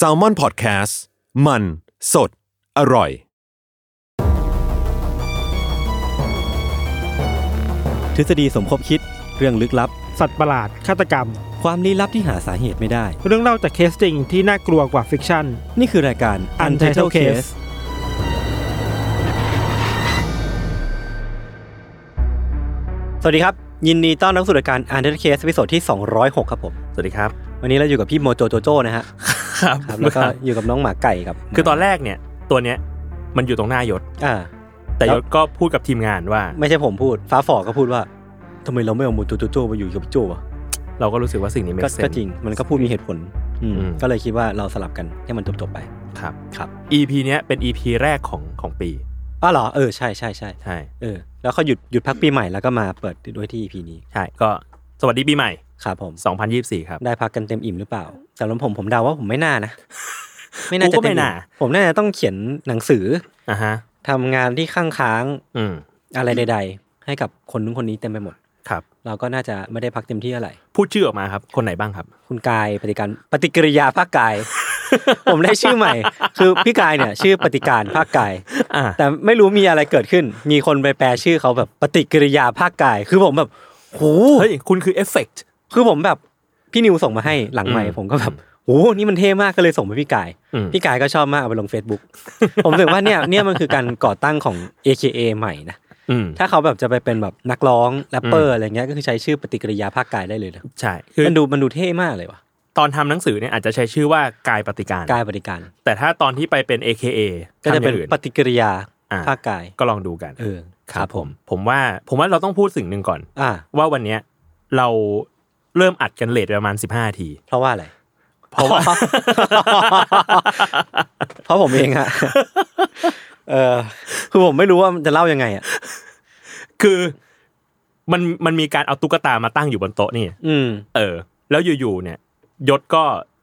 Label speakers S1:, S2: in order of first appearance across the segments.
S1: s a l m o n PODCAST มัน สด อร่อย
S2: ทฤษฎีสมคบคิดเรื่องลึกลับ
S3: สัตว์ประหลาด ฆาตกรรม
S2: ความลี้ลับที่หาสาเหตุไม่ได้
S3: เรื่องเล่าจากเคสจริงที่น่ากลัวกว่าฟิกชั่น
S2: นี่คือรายการ Untitled Case สวัสดีครับ ยินดีต้อนรับสู่รายการ Untitled Case ตอนที่ 206 ครับผม
S4: สวัสดีครับ
S2: วันนี้เราอยู่กับพี่โมโจโจโจนะฮะ
S4: ครับ
S2: ครับแล้วก็อยู่กับน้องหมาไก่ครับ
S4: คือตอนแรกเนี่ย ตัวเนี้ยมันอยู่ตรงหน้ายศ
S2: อ่า
S4: แต่
S2: ครั
S4: ย
S2: บ
S4: ศก็พูดกับทีมงานว่า
S2: ไม่ใช่ผมพูด ฟ้าฝอก็พูดว่าทำไมเราไม่เอาโมโจโจโจมาอยู่กับโจวะ
S4: เราก็รู้สึกว่าสิ่งนี้ไม่
S2: ก็
S4: เซน
S2: ก็จริงมันก็พูดมีเหตุผลอืม
S4: อืม
S2: ก็เลยคิดว่าเราสลับกันให้มันจบๆไป
S4: ครับ
S2: ครับ
S4: EP เนี้ยเป็น EP แรกของของปี
S2: อ้าวเหรอเออใช่ใช่ใช่
S4: ใช่
S2: เออแล้วเขาหยุดหยุดพักปีใหม่แล้วก็มาเปิดด้วยที่ EP นี้
S4: ใช่ก็สวัสดีปีใหม่
S2: ครับผม
S4: 2024 ครับ
S2: ได้พักกันเต็มอิ่มหรือเปล่าสำหรับผมผมเดาว่าผมไม่น่านะ ไม่น่า
S4: กู
S2: จะ
S4: ก็ไม่
S2: เต็อิ่
S4: น่า
S2: ผมน่าจะต้องเขียนหนังสือ
S4: อ่ะฮะ
S2: ทำงานที่ข้างค้าง
S4: อืม
S2: อะไรใด ๆ ให้กับคนนู้นคนนี้เต็มไปหมด
S4: ครับ
S2: เราก็น่าจะไม่ได้พักเต็มที่อะไร
S4: พูดชื่อออกมาครับ คนไหนบ้างครับ
S2: คุณกายปฏิการปฏิกิริยาภาค กาย ผมได้ชื่อใหม่ คือพี่กายเนี่ย ชื่อปฏิการภาคกาย
S4: อ่า
S2: แต่ไม่รู้มีอะไรเกิดขึ้น มีคนไปแปลชื่อเขาแบบปฏิกิริยาภาคกาย คือผมแบบโห
S4: เฮ้ย คุณคือเอฟเฟกต์
S2: คือผมแบบพี่นิวส่งมาให้หลังใหม่
S4: อืม
S2: ผมก็แบบโหนี่มันเท่มากก็เลยส่งไปพี่กาย
S4: อืม
S2: พี่กายก็ชอบมากเอาไปลง Facebook ผมรู้สึกว่าเนี่ย เนี่ยมันคือการก่อตั้งของ AKA ใหม่นะ
S4: อืม
S2: ถ้าเขาแบบจะไปเป็นแบบนักร้องแรปเปอร์อะไรเงี้ยก็คือใช้ชื่อปฏิกิริยาภาคกายได้เลยนะ
S4: ใช่ คือ
S2: มันดูมันดูเท่มากเลยว่ะ
S4: ตอนทำหนังสือเนี่ยอาจจะใช้ชื่อว่ากายปฏิการ
S2: กายปฏิการ
S4: แต่ถ้าตอนที่ไปเป็น AKA
S2: ก็จะเป็น
S4: ทำอย่างอื่น
S2: ปฏิกิริยา
S4: อ่า
S2: ภาคกาย
S4: ก็ลองดูกัน
S2: เออ
S4: ผมว่าผมว่าเราต้องพูดสิ่งหนึ่งก่อน
S2: อ่า
S4: ว่าวันเนี้ยเราเริ่มอัดกันเลทประมาณ 15นาที
S2: เพราะว่าอะไร
S4: เพราะว่า
S2: เพราะผมเองฮะเออคือผมไม่รู้ว่ามันจะเล่ายังไงอ่ะ
S4: คือมันมันมีการเอาตุ๊กตามาตั้งอยู่บนโต๊ะนี่
S2: อืม
S4: เออ แล้วอยู่ๆเนี่ย ยศก็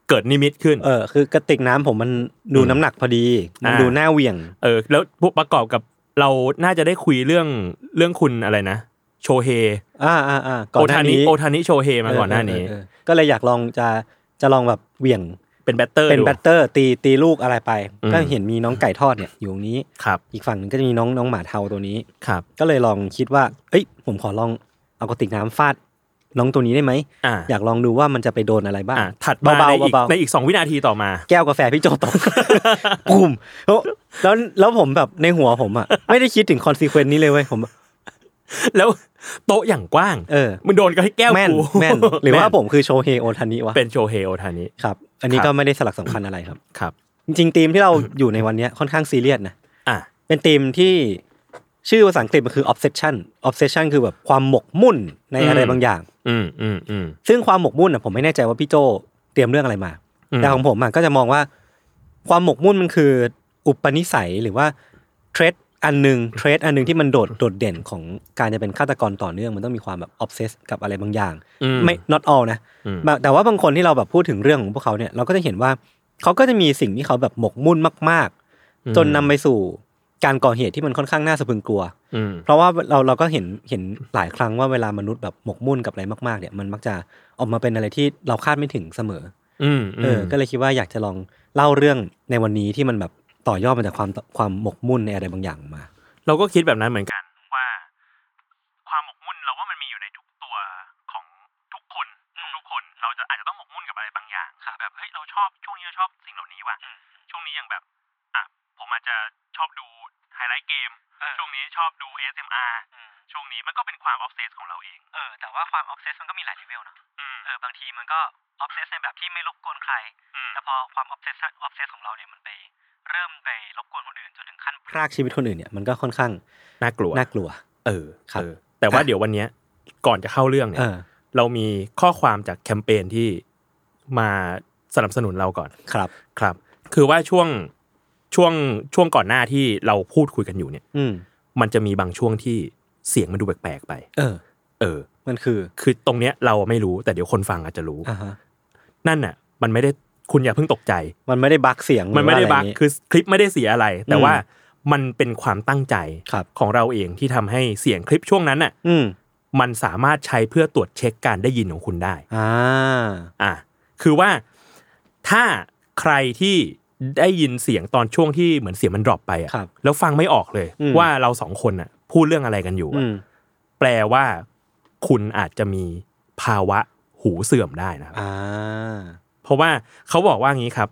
S4: เกิดนิมิตขึ้น
S2: เออคือกระติกน้ำผมมันดู
S4: อืม
S2: น้ำหนักพอดี มัน
S4: อ่า
S2: ดูหน้าเหวี่ยง
S4: เออ แล้วประกอบกับเราน่าจะได้คุยเรื่องเรื่องคุณอะไรนะ โชเฮ
S2: อ่าอ่าอ่าก่อ
S4: โอน
S2: หน้า
S4: ทานิ
S2: นี้
S4: โอทานิโชเฮมา
S2: เ
S4: ก่อนหน้านี้
S2: เออเออเออก็เลยอยากลองจะจะลองแบบเหวี่ยง
S4: เป็นแบตเตอร์
S2: เป็น
S4: ดู
S2: แบตเตอร์ ตีตีลูกอะไรไป
S4: อืม
S2: ก็เห็นมีน้องไก่ทอดเนี่ยอยู่ตรงนี้
S4: ครับ
S2: อีกฝั่งหนึ่งก็จะมีน้องน้องหมาเทาตัวนี้
S4: ครับ
S2: ก็เลยลองคิดว่า เอ้ย ผมขอลองเอากระติกน้ำฟาดน้องตัวนี้ได้ไหม
S4: อ่า
S2: อยากลองดูว่ามันจะไปโดนอะไรบ้าง
S4: อ่าถัดมา
S2: เบา
S4: ใน
S2: ๆ
S4: อีก
S2: เบาๆ
S4: ในอีกสองวินาทีต่อมา
S2: แก้วกาแฟพี่โจตก ปุ่มแล้วแล้วแล้วผมแบบในหัวผมอ่ะ ไม่ได้คิดถึงคอนซีเควนต์นี้เลยเว้ยผม
S4: แล้วโต๊ะอย่างกว้าง
S2: เออ
S4: มึงโดนก็ให้แก้ว
S2: แม่น
S4: กู
S2: แม่นหรือว่า
S4: แน
S2: ผมคือโชเฮโอทันิวะ
S4: เป็นโชเฮโอทานิ
S2: ครับ อันนี้
S4: ครับ
S2: ก็ไม่ได้สลักสำคัญอะไรครับ
S4: ครับ
S2: จริงๆทีมที่เราอยู่ในวันเนี้ยค่อนข้างซีเรียสนะ
S4: อ่ะ
S2: เป็นทีมที่ชื่อภาษาอังกฤษมันคือ obsession obsession คือแบบความหมกมุ่นในอะไร
S4: อืม
S2: บางอย่าง
S4: อืมอืมอืม
S2: ซึ่งความหมกมุ่นอ่ะผมไม่แน่ใจว่าพี่โจเตรียมเรื่องอะไรมา
S4: อืม
S2: แต่ของผมอ่ะก็จะมองว่าความหมกมุ่นมันคืออุปนิสัยหรือว่าเทรดอันหนึ่งเทรดอันหนึ่งที่มันโดดโดดเด่นของการจะเป็นฆาตกรต่อเนื่องมันต้องมีความแบบออฟเซสกับอะไรบางอย่าง
S4: อืม
S2: ไม่ not all นะ
S4: อืม
S2: บางแต่ว่าบางคนที่เราแบบพูดถึงเรื่องของพวกเขาเนี่ยเราก็จะเห็นว่าเขาก็จะมีสิ่งที่เขาแบบหมกมุ่นมาก ๆ จนนำไปสู่การก่อเหตุที่มันค่อนข้างน่าสะพรึงกลัว
S4: อืม
S2: เพราะว่าเราเราก็เห็นเห็นหลายครั้งว่าเวลามนุษย์แบบหมกมุ่นกับอะไรมากๆเนี่ยมันมักจะออกมาเป็นอะไรที่เราคาดไม่ถึงเสมอ
S4: อืม
S2: อเออ ก็เลยคิดว่าอยากจะลองเล่าเรื่องในวันนี้ที่มันแบบต่อยอดมาจากความความหมกมุ่นในอะไรบางอย่างมา
S4: เราก็คิดแบบนั้นเหมือนกันว่า ความหมกมุ่นเราว่ามันมีอยู่ในทุกตัวของทุกคนทุกๆคน เราจะอาจจะต้องหมกมุ่นกับอะไรบางอย่างแบบเฮ้ยเราชอบช่วงนี้เราชอบสิ่งเหล่านี้ว่ะช่วงนี้อย่างแบบอ่ะผมอาจจะชอบดูไฮไลท์เกมช่วงนี้ชอบดู ASMR ช่วงนี้มันก็เป็นความออฟเซสของเราเอง
S5: เออแต่ว่าความออฟเซสมันก็มีหลายเลเวลเนอะเออบางทีมันก็ออฟเซสในแบบที่ไม่รบกวนใคร แต่พอความออฟเซสออฟเซสของเราเนี่ยมันไป เริ่มไปรบกวนคนอื่นจนถึงขั้น
S2: พรากชีวิตคนอื่นเนี่ยมันก็ค่อนข้าง
S4: น่ากลัว
S2: น่ากลัว
S4: เออ
S2: ครับ
S4: เออแต่ว่าเดี๋ยววันเนี้ยก่อนจะเข้าเรื่องเนี่
S2: เอย อ
S4: เรามีข้อความจากแคมเปญที่มา สนับสนุนเราก่อน
S2: ครับ
S4: ครับ คือว่าช่วงช่วงช่วงก่อนหน้าที่เราพูดคุยกันอยู่เนี่ย
S2: อืม
S4: มันจะมีบางช่วงที่เสียงมันดูแปลกๆไป
S2: เออ
S4: เออ
S2: มันคือ
S4: คือตรงเนี้ยเราไม่รู้แต่เดี๋ยวคนฟังอาจจะรู้
S2: อ่าฮะ
S4: นั่นน่ะ มันไม่ได้คุณอย่าเพิ่งตกใจ
S2: มันไม่ได้บักเสียง
S4: มันไม่ได้
S2: หรือ
S4: บั
S2: ว่าอะ
S4: ก
S2: รอย่างงี้
S4: คือคลิปไม่ได้เสียอะไร แต่
S2: อืม
S4: ว่ามันเป็นความตั้งใจ
S2: ครับ
S4: ของเราเองที่ทำให้เสียงคลิปช่วงนั้นน่ะ
S2: อืม
S4: มันสามารถใช้เพื่อตรวจเช็คการได้ยินของคุณได้
S2: อ่า
S4: อ่ะคือว่าถ้าใครที่ได้ยินเสียงตอนช่วงที่เหมือนเสียงมันดรอปไปอะ
S2: ครับ
S4: แล้วฟังไม่ออกเลย
S2: อืม
S4: ว่าเราสองคนน่ะ พูดเรื่องอะไรกันอยู่
S2: อื
S4: อะ
S2: ม
S4: แปลว่าคุณอาจจะมีภาวะหูเสื่อมได้นะครับ
S2: อ่า
S4: เพราะว่าเขาบอกว่างี้ครับ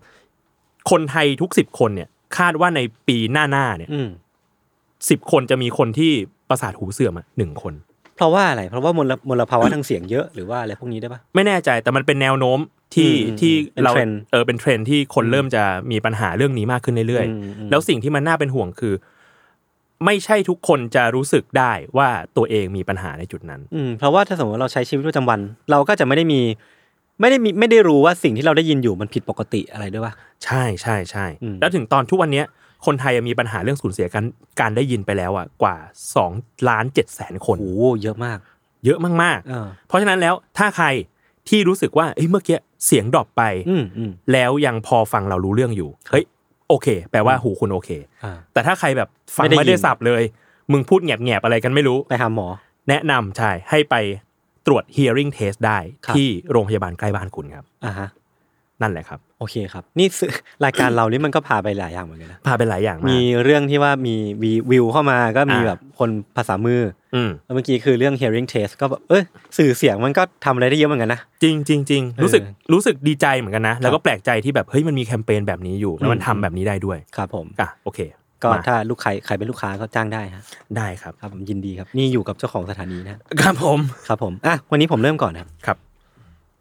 S4: คนไทยทุกสิบคนเนี่ย คาดว่าในปีหน้าๆเนี่ย
S2: อืม
S4: สิบคนจะมีคนที่ประสาทหูเสื่อมอะหนึ่งคน
S2: เพราะว่าอะไร เพราะว่ามลมลภาวะทางเสียงเยอะหรือว่าอะไรพวกนี้ได้ปะ
S4: ไม่แน่ใจแต่มันเป็นแนวโน้มที่
S2: อืม
S4: ที่
S2: เป็น
S4: เรา
S2: เทรนด์
S4: เออเป็นเทรนด์ที่คนเริ่มจะมีปัญหาเรื่องนี้มากขึ้นเรื่อย
S2: อืมอืม
S4: ๆ แล้วสิ่งที่มันน่าเป็นห่วงคือ ไม่ใช่ทุกคนจะรู้สึกได้ว่าตัวเองมีปัญหาในจุดนั้น
S2: อืมเพราะว่าถ้าสมมติว่าเราใช้ชีวิตประจำวัน เราก็จะไม่ได้มี ไม่ได้มีไม่ได้รู้ว่าสิ่งที่เราได้ยินอยู่มันผิดปกติอะไรด้วยปะ
S4: ใช่ใช่ใช่
S2: อืม
S4: แล้วถึงตอนทุกวันเนี้ยคนไทยมีปัญหาเรื่องสูญเสียการการได้ยินไปแล้วอ่ะกว่า2ล้าน7แสนคน
S2: โอ้โหเยอะมาก
S4: เยอะมาก
S2: เออ
S4: ๆ เพราะฉะนั้นแล้วถ้าใครที่รู้สึกว่าเอ้ยเมื่อกี้เสียงดรอปไป
S2: อืมอืม
S4: แล้วยังพอฟังเรารู้เรื่องอยู่เฮ้ยโอเค แปลว่าหูคุณโอเค
S2: อ่า
S4: แต่ถ้าใครแบบฟัง
S2: ไม่ได้ยิน
S4: ไม่ได้สับเลย มึงพูดแงบๆอะไรกันไม่รู้
S2: ไปหาหมอ
S4: แนะนำใช่ให้ไปตรวจ hearing test ได้
S2: ครับ
S4: ที่โรงพยาบาลใกล้บ้านคุณครับ
S2: อ่าฮะ
S4: นั่นแหละครับ
S2: โอเคครับ นี่สื่อ รายการเรานี่มันก็พาไปหลายอย่างเหมือนกันนะ
S4: พาเป็นหลายอย่างมา
S2: มี
S4: ก
S2: เรื่องที่ว่ามีวีวิวเข้ามาก็มี
S4: อ่า
S2: แบบคนภาษามือ
S4: อืม
S2: แล้วเมื่อกี้คือเรื่อง hearing test ก็แบบเออสื่อเสียงมันก็ทำอะไรได้เยอะเหมือนกันนะ
S4: จริงจริงจริง
S2: เออ
S4: รู้สึกรู้สึกดีใจเหมือนกันนะ แล้วก็แปลกใจที่แบบเฮ้ยมันมีแคมเปญแบบนี้อยู่ แล้วมัน
S2: อืม
S4: ทำแบบนี้ได้ด้วย
S2: ครับผม
S4: อ่ะโอเค
S2: ก็
S4: มา
S2: ถ้าลูกใครใครเป็นลูกค้าก็จ้างได้ฮะ
S4: ได้ครับ
S2: ครับผมยินดีครับนี่อยู่กับเจ้าของสถานีนะ
S4: ครับผม
S2: ครับผมอ่ะวันนี้ผมเริ่มก่อนครับ
S4: ครับ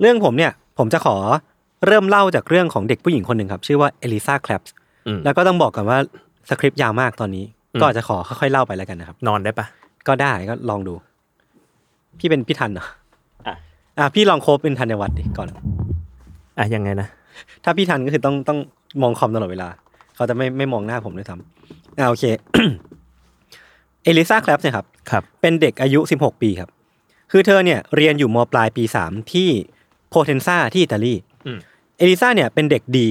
S2: เรื่องผมเนี่ย ผมจะขอเริ่มเล่าจากเรื่องของเด็กผู้หญิงคนหนึ่งครับ ชื่อว่าเอลิซาแคลปส์
S4: อืม
S2: แล้วก็ต้องบอกกันว่าสคริปต์ยาวมากตอนนี้
S4: อืม
S2: ก็อาจจะขอค่อยๆเล่าไปแล้วกันนะครับ
S4: นอนได้ปะ
S2: ก็ได้ก็ลองดู พี่เป็นพี่ทันเหรอ
S4: อ่ะ
S2: อ่ะพี่ลองโคบเป็นธัญวัฒน์ดิก่อน
S4: อ่ะยังไงนะ
S2: ถ้าพี่ทันก็คือต้องต้องมองคอมตลอดเวลา เขาจะไม่ไม่มองหน้าผมด้วยซ้ำอ่าโอเค เอลิซาแคลปส์เนี่ยครับ
S4: ครับ
S2: เป็นเด็กอายุ 16 ปีครับ คือเธอเนี่ยเรียนอยู่มปลายปี 3 ที่โพเทนซาที่อิตาลี
S4: อืม
S2: เอลิซาเนี่ยเป็นเด็กดี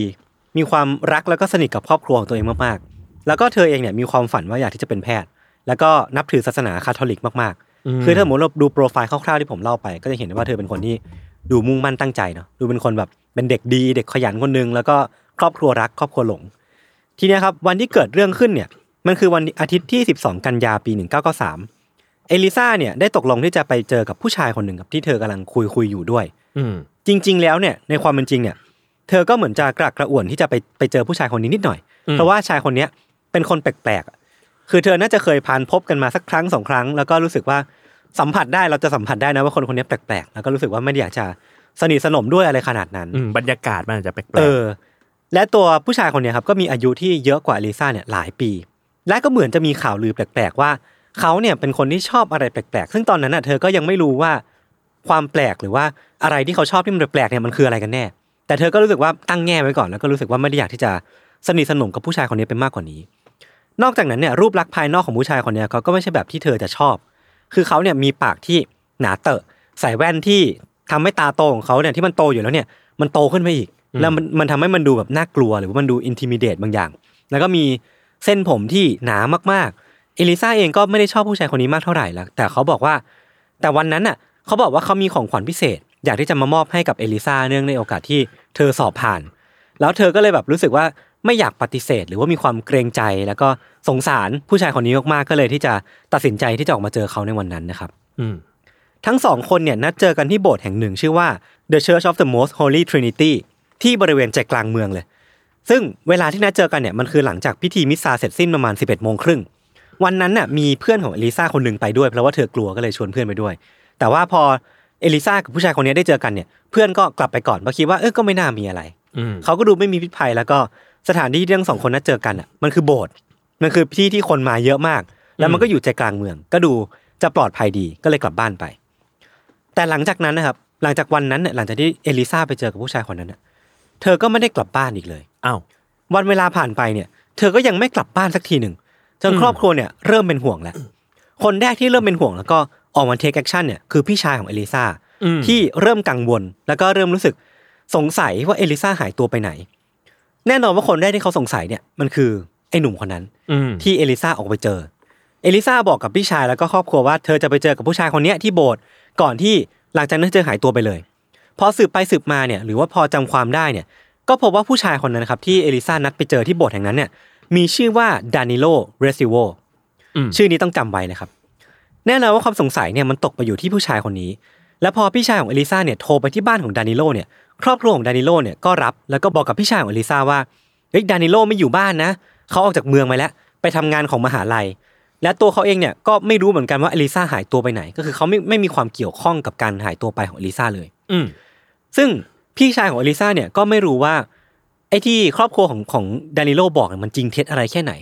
S2: มีความรักแล้วก็สนิทกับครอบครัวของตัวเองมากๆ แล้วก็เธอเองเนี่ยมีความฝันว่าอยากที่จะเป็นแพทย์ แล้วก็นับถือศาสนาคาทอลิกมากๆ คือถ้าสมมติเราดูโปรไฟล์คร่าวๆที่ผมเล่าไป ก็จะเห็นได้ว่าเธอเป็นคนที่ดูมุ่งมั่นตั้งใจเนาะ ดูเป็นคนแบบเป็นเด็กดี เด็กขยันคนหนึง แล้วก็ครอบครัวรักครอบครัวหลง ทีเนี้ยครับวันที่เกิดเรื่องขึ้นเนี่ย มันคือวันอาทิตย์ที่ 12 กันยาปี 1993 เอลิซาเนี่ยได้ตกลงที่จะไปเจอกับผู้ชายคนหนึ่งครับที่เธอกำลังคุยคุยอยู่ด้วย
S4: อืม
S2: จริง ๆ แล้วเนี่ยในความเป็นจริงเนี่ยเธอก็เหมือนจะกระอักกระอ่วนที่จะไปไปเจอผู้ชายคนนี้นิดหน่อย เพราะว่าชายคนเนี้ยเป็นคนแปลกๆอะคือเธอน่าจะเคยผ่านพบกันมาสักครั้งสองครั้ง แล้วก็รู้สึกว่าสัมผัสได้เราจะสัมผัสได้นะว่าคนคนนี้แปลกๆแล้วก็รู้สึกว่าไม่ได้อยากจะสนิทสนมด้วยอะไรขนาดนั้น
S4: อืมบรรยากาศมันอาจจะแปลกๆ
S2: เออ และตัวผู้ชายคนเนี้ยครับก็มีอายุที่เยอะกว่าอลิซ่าเนี่ยหลายปี และก็เหมือนจะมีข่าวลือแปลกๆว่าเขาเนี่ยเป็นคนที่ชอบอะไรแปลกๆ ซึ่งตอนนั้นน่ะเธอก็ยังไม่รู้ว่าความแปลกหรือว่าอะไรที่เขาชอบที่มันแปลกๆเนี่ยมันคืออะไรกันแน่ แต่เธอก็รู้สึกว่าตั้งแง่ไว้ก่อนแล้วก็รู้สึกว่าไม่ได้อยากที่จะสนิทสนมกับผู้ชายคนนี้ไปมากกว่านี้ นอกจากนั้นเนี่ยรูปลักษณ์ภายนอกของผู้ชายคนเนี้ยเขาก็ไม่ใช่แบบที่เธอจะชอบ คือเขาเนี่ยมีปากที่หนาเตอะใส่แว่นที่ทำให้ตาโตของเขาเนี่ยที่มันโตอยู่แล้วเนี่ยมันโตขึ้นไปอีก แล้วมันมันทำให้มันดูแบบน่ากลัวหรือว่ามันดูอินทิมิเดตบางอย่าง แล้วก็มีเส้นผมที่หนามากๆเอลิซาเองก็ไม่ได้ชอบผู้ชายคนนี้มากเท่าไหร่แล้วแต่เขาบอกว่า แต่วันนั้นน่ะเขาบอกว่าเขามีของขวัญพิเศษ อยากที่จะมามอบให้กับเอลิซาเนื่องในโอกาสที่เธอสอบผ่าน แล้วเธอก็เลยแบบรู้สึกว่าไม่อยากปฏิเสธ หรือว่ามีความเกรงใจ แล้วก็สงสารผู้ชายคนนี้มากๆก็เลยที่จะตัดสินใจที่จะออกมาเจอเขาในวันนั้นนะครับ
S4: อืม
S2: ทั้งสองคนเนี่ยนัดเจอกันที่โบสถ์แห่งหนึ่งชื่อว่า The Church of the Most Holy Trinity ที่บริเวณใจกลางเมืองเลย ซึ่งเวลาที่นัดเจอกันเนี่ยมันคือหลังจากพิธีมิสซาเสร็จสิ้นประมาณ 11โมงครึ่งวันนั้นน่ะมีเพื่อนของเอลิซาคนหนึ่งไปด้วย เพราะว่าเธอกลัวก็เลยชวนเพื่อนไปด้วย แต่ว่าพอเอลิซากับผู้ชายคนนี้ได้เจอกันเนี่ยเพื่อนก็กลับไปก่อนเพราะคิดว่าเออก็ไม่น่ามีอะไร
S4: อืม
S2: เขาก็ดูไม่มีพิษภัยแล้วก็สถานที่ที่ทั้งสองคนนัดเจอกันอ่ะมันคือโบสถ์มันคือที่ที่คนมาเยอะมาก แล้วมันก็อยู่ใจกลางเมือง ก็ดูจะปลอดภัยดีก็เลยกลับบ้านไป แต่หลังจากนั้นนะครับหลังจากวันนั้นเนี่ยหลังจากที่เอลิซาไปเจอกับผู้ชายคนนั้นน่ะ เธอก็ไม่ได้กลับบ้านอีกเลย
S4: อ้าว
S2: วันเวลาผ่านไปเนี่ยเธอก็ยังไม่กลับบ้านสักทีหนึ่งจน
S4: อืม
S2: ครอบครัวเนี่ยเริ่มเป็นห่วงแล้ว คนแรกที่เริ่มเป็นห่วงแล้วก็ออกมาเทคแอคชั่นเนี่ยคือพี่ชายของเอลิซา
S4: อืม
S2: ที่เริ่มกังวล แล้วก็เริ่มรู้สึกสงสัยว่าเอลิซาหายตัวไปไหน แน่นอนว่าคนแรกที่เขาสงสัยเนี่ยมันคือไอ้หนุ่มคนนั้น
S4: อืม
S2: ที่เอลิซาออกไปเจอ เอลิซาบอกกับพี่ชายแล้วก็ครอบครัวว่าเธอจะไปเจอกับผู้ชายคนเนี้ยที่โบสถ์ก่อนที่หลังจากนั้นเธอหายตัวไปเลย พอสืบไปสืบมาเนี่ยหรือว่าพอจำความได้เนี่ยก็พบว่าผู้ชายคนนั้นนะครับที่เอลิซานัดไปเจอที่โบสถ์แห่งนั้นเนี่ยมีชื่อว่าดานิโลเรซิโว
S4: อืม
S2: ชื่อนี้ต้องจำไว้นะครับ แน่นอนว่าความสงสัยเนี่ยมันตกไปอยู่ที่ผู้ชายคนนี้ และพอพี่ชายของเอลิซาเนี่ยโทรไปที่บ้านของดานิโลเนี่ยครอบครัวของดานิโลเนี่ยก็รับแล้วก็บอกกับพี่ชายของเอลิซาว่า เฮ้ยดานิโลไม่อยู่บ้านนะ เขาออกจากเมืองไปแล้ว ไปทำงานของมหาลัย และตัวเขาเองเนี่ยก็ไม่รู้เหมือนกันว่าเอลิซาหายตัวไปไหน ก็คือเขาไม่ไม่มีความเกี่ยวข้องกับการหายตัวไปของเอลิซาเลย
S4: อืม
S2: ซึ่งพี่ชายของเอลิซาเนี่ยก็ไม่รู้ว่าไอ้ที่ครอบครัวของของดานิโลบอกเนี่ยมันจริงเท็จอะไรแค่ไหน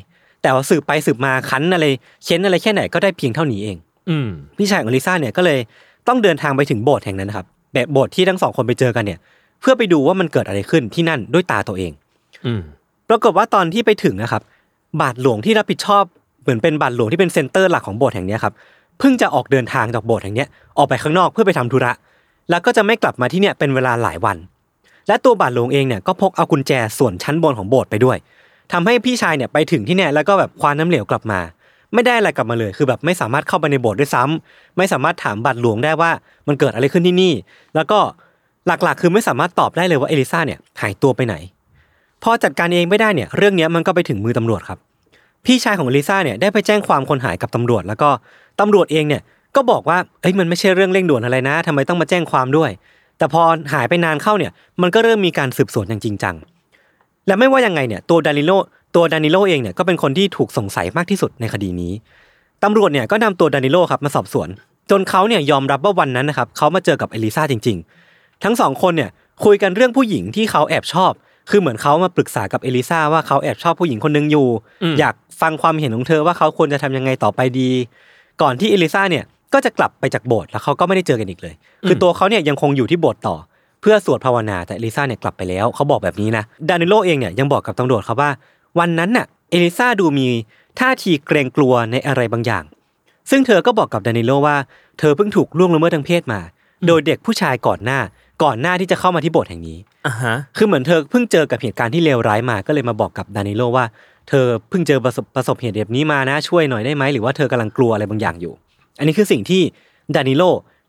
S2: แต่ว่าสืบไปสืบมาคั้นอะไรเค้นอะไรแค่ไหนก็ได้เพียงเท่านี้เอง
S4: อืม
S2: พี่ชายของลิซ่าเนี่ยก็เลยต้องเดินทางไปถึงโบสถ์แห่งนั้นนะครับแบบโบสถ์ที่ทั้งสองคนไปเจอกันเนี่ย เพื่อไปดูว่ามันเกิดอะไรขึ้นที่นั่นด้วยตาตัวเอง
S4: อืม
S2: ปรากฏว่าตอนที่ไปถึงนะครับ บาทหลวงที่รับผิดชอบเหมือนเป็นบาทหลวงที่เป็นเซ็นเตอร์หลักของโบสถ์แห่งเนี้ยครับเพิ่งจะออกเดินทางจากโบสถ์แห่งเนี้ยออกไปข้างนอกเพื่อไปทำธุระ แล้วก็จะไม่กลับมาที่เนี่ยเป็นเวลาหลายวัน และตัวบาทหลวงเองเนี่ยก็พกเอากุญแจส่วนชั้นบนของโบสถ์ไปด้วยทำให้พี่ชายเนี่ยไปถึงที่เนี่ยแล้วก็แบบคว้าน้ำเหลวกลับมา ไม่ได้อะไรกลับมาเลย คือแบบไม่สามารถเข้าไปในโบสถ์ด้วยซ้ำไม่สามารถถามบาทหลวงได้ว่ามันเกิดอะไรขึ้นที่นี่ แล้วก็หลักๆ คือไม่สามารถตอบได้เลยว่าเอลิซาเนี่ยหายตัวไปไหน พอจัดการเองไม่ได้เนี่ยเรื่องเนี้ยมันก็ไปถึงมือตำรวจครับ พี่ชายของลิซ่าเนี่ยได้ไปแจ้งความคนหายกับตำรวจ แล้วก็ตำรวจเองเนี่ยก็บอกว่าเอ้ยมันไม่ใช่เรื่องเร่งด่วนอะไรนะทำไมต้องมาแจ้งความด้วย แต่พอหายไปนานเข้าเนี่ยมันก็เริ่มมีการสืบสวนอย่างจริงจังและไม่ว่ายังไงเนี่ยตัวดานิโลตัวดานิโลเองเนี่ยก็เป็นคนที่ถูกสงสัยมากที่สุดในคดีนี้ตำรวจเนี่ยก็นำตัวดานิโลครับมาสอบสวน จนเขาเนี่ยยอมรับว่าวันนั้นนะครับเขามาเจอกับเอลิซาจริง ๆ ทั้งสองคนเนี่ยคุยกันเรื่องผู้หญิงที่เขาแอบชอบ คือเหมือนเขามาปรึกษากับเอลิซาว่าเขาแอบชอบผู้หญิงคนหนึงอยู่ อยากฟังความเห็นของเธอว่าเขาควรจะทำยังไงต่อไปดี ก่อนที่เอลิซาเนี่ยก็จะกลับไปจากโบสถ์แล้วเขาก็ไม่ได้เจอกันอีกเลย คือตัวเขาเนี่ยยังคงอยู่ที่โบสถ์ต่อ เพื่อสวดภาวนาแต่เอลิซาเนี่ยกลับไปแล้วเขาบอกแบบนี้นะดานิโลเองเนี่ยยังบอกกับตำรวจครับว่า วันนั้นน่ะเอลิซาดูมีท่าทีเกรงกลัวในอะไรบางอย่าง ซึ่งเธอก็บอกกับดานิโลว่าเธอเพิ่งถูกล่วงละเมิดทางเพศมา โดยเด็กผู้ชายก่อนหน้า ก่อนหน้าที่จะเข้ามาที่โบสถ์แห่งนี้
S4: อ่าฮะ
S2: คือเหมือนเธอเพิ่งเจอกับเหตุการณ์ที่เลวร้ายมาก็เลยมาบอกกับดานิโลว่าเธอเพิ่งเจอประสบประสบเหตุแบบนี้มานะช่วยหน่อยได้ไหมหรือว่าเธอกำลังกลัวอะไรบางอย่างอยู่ อันนี้คือสิ่งที่ดานิโล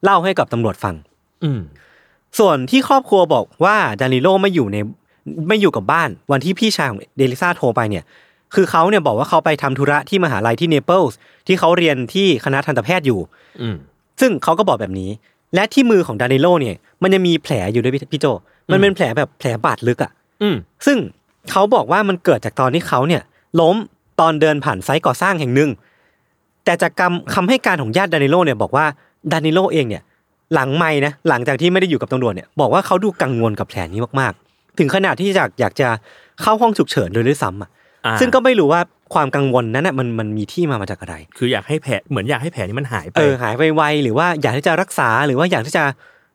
S2: เล่าให้กับตำรวจฟัง
S4: อืม
S2: ส่วนที่ครอบครัวบอกว่าดานิโลไม่อยู่ในไม่อยู่กับบ้านวันที่พี่ชายของเดลิซาโทรไปเนี่ยคือเขาเนี่ยบอกว่าเขาไปทำธุระที่มหาลัยที่เนเปิลส์ที่เขาเรียนที่คณะทันตแพทย์อยู่
S4: อืม
S2: ซึ่งเขาก็บอกแบบนี้ และที่มือของดานิโลเนี่ยมันยังมีแผลอยู่ด้วยพี่พี่โจ มันเป็นแผลแบบแผลบาดลึกอะ
S4: อืม
S2: ซึ่งเขาบอกว่ามันเกิดจากตอนที่เขาเนี่ยล้มตอนเดินผ่านไซต์ก่อสร้างแห่งหนึ่ง แต่จากคำคำให้การของญาติดานิโลเนี่ยบอกว่าดานิโลเองเนี่ยหลังไม่นะหลังจากที่ไม่ได้อยู่กับตำรวจเนี่ยบอกว่าเขาดูกังวลกับแผลนี้มากๆ ถึงขนาดที่อยากอยากจะเข้าห้องฉุกเฉินเลยด้วยซ้ำอ่ะ
S4: อ่า
S2: ซึ่งก็ไม่รู้ว่าความกังวลนั้นน่ะมันมันมีที่มามาจากอะไร
S4: คืออยากให้แผลเหมือนอยากให้แผลนี้มันหายไป
S2: เออหายไปไวหรือว่าอยากที่จะรักษาหรือว่าอยากที่จะ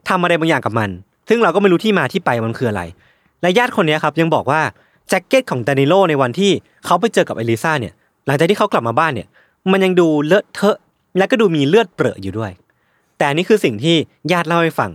S2: ทำอะไรบางอย่างกับมัน ซึ่งเราก็ไม่รู้ที่มาที่ไปมันคืออะไร และญาติคนเนี้ยครับยังบอกว่าแจ็คเก็ตของดานิโลในวันที่เขาไปเจอกับเอลิซาเนี่ย หลังจากที่เขากลับมาบ้านเนี่ย มันยังดูเลอะเทอะ และก็ดูมีเลือดเปรอะอยู่ด้วย แต่อันนี่คือสิ่งที่ญาติเล่าให้ฟัง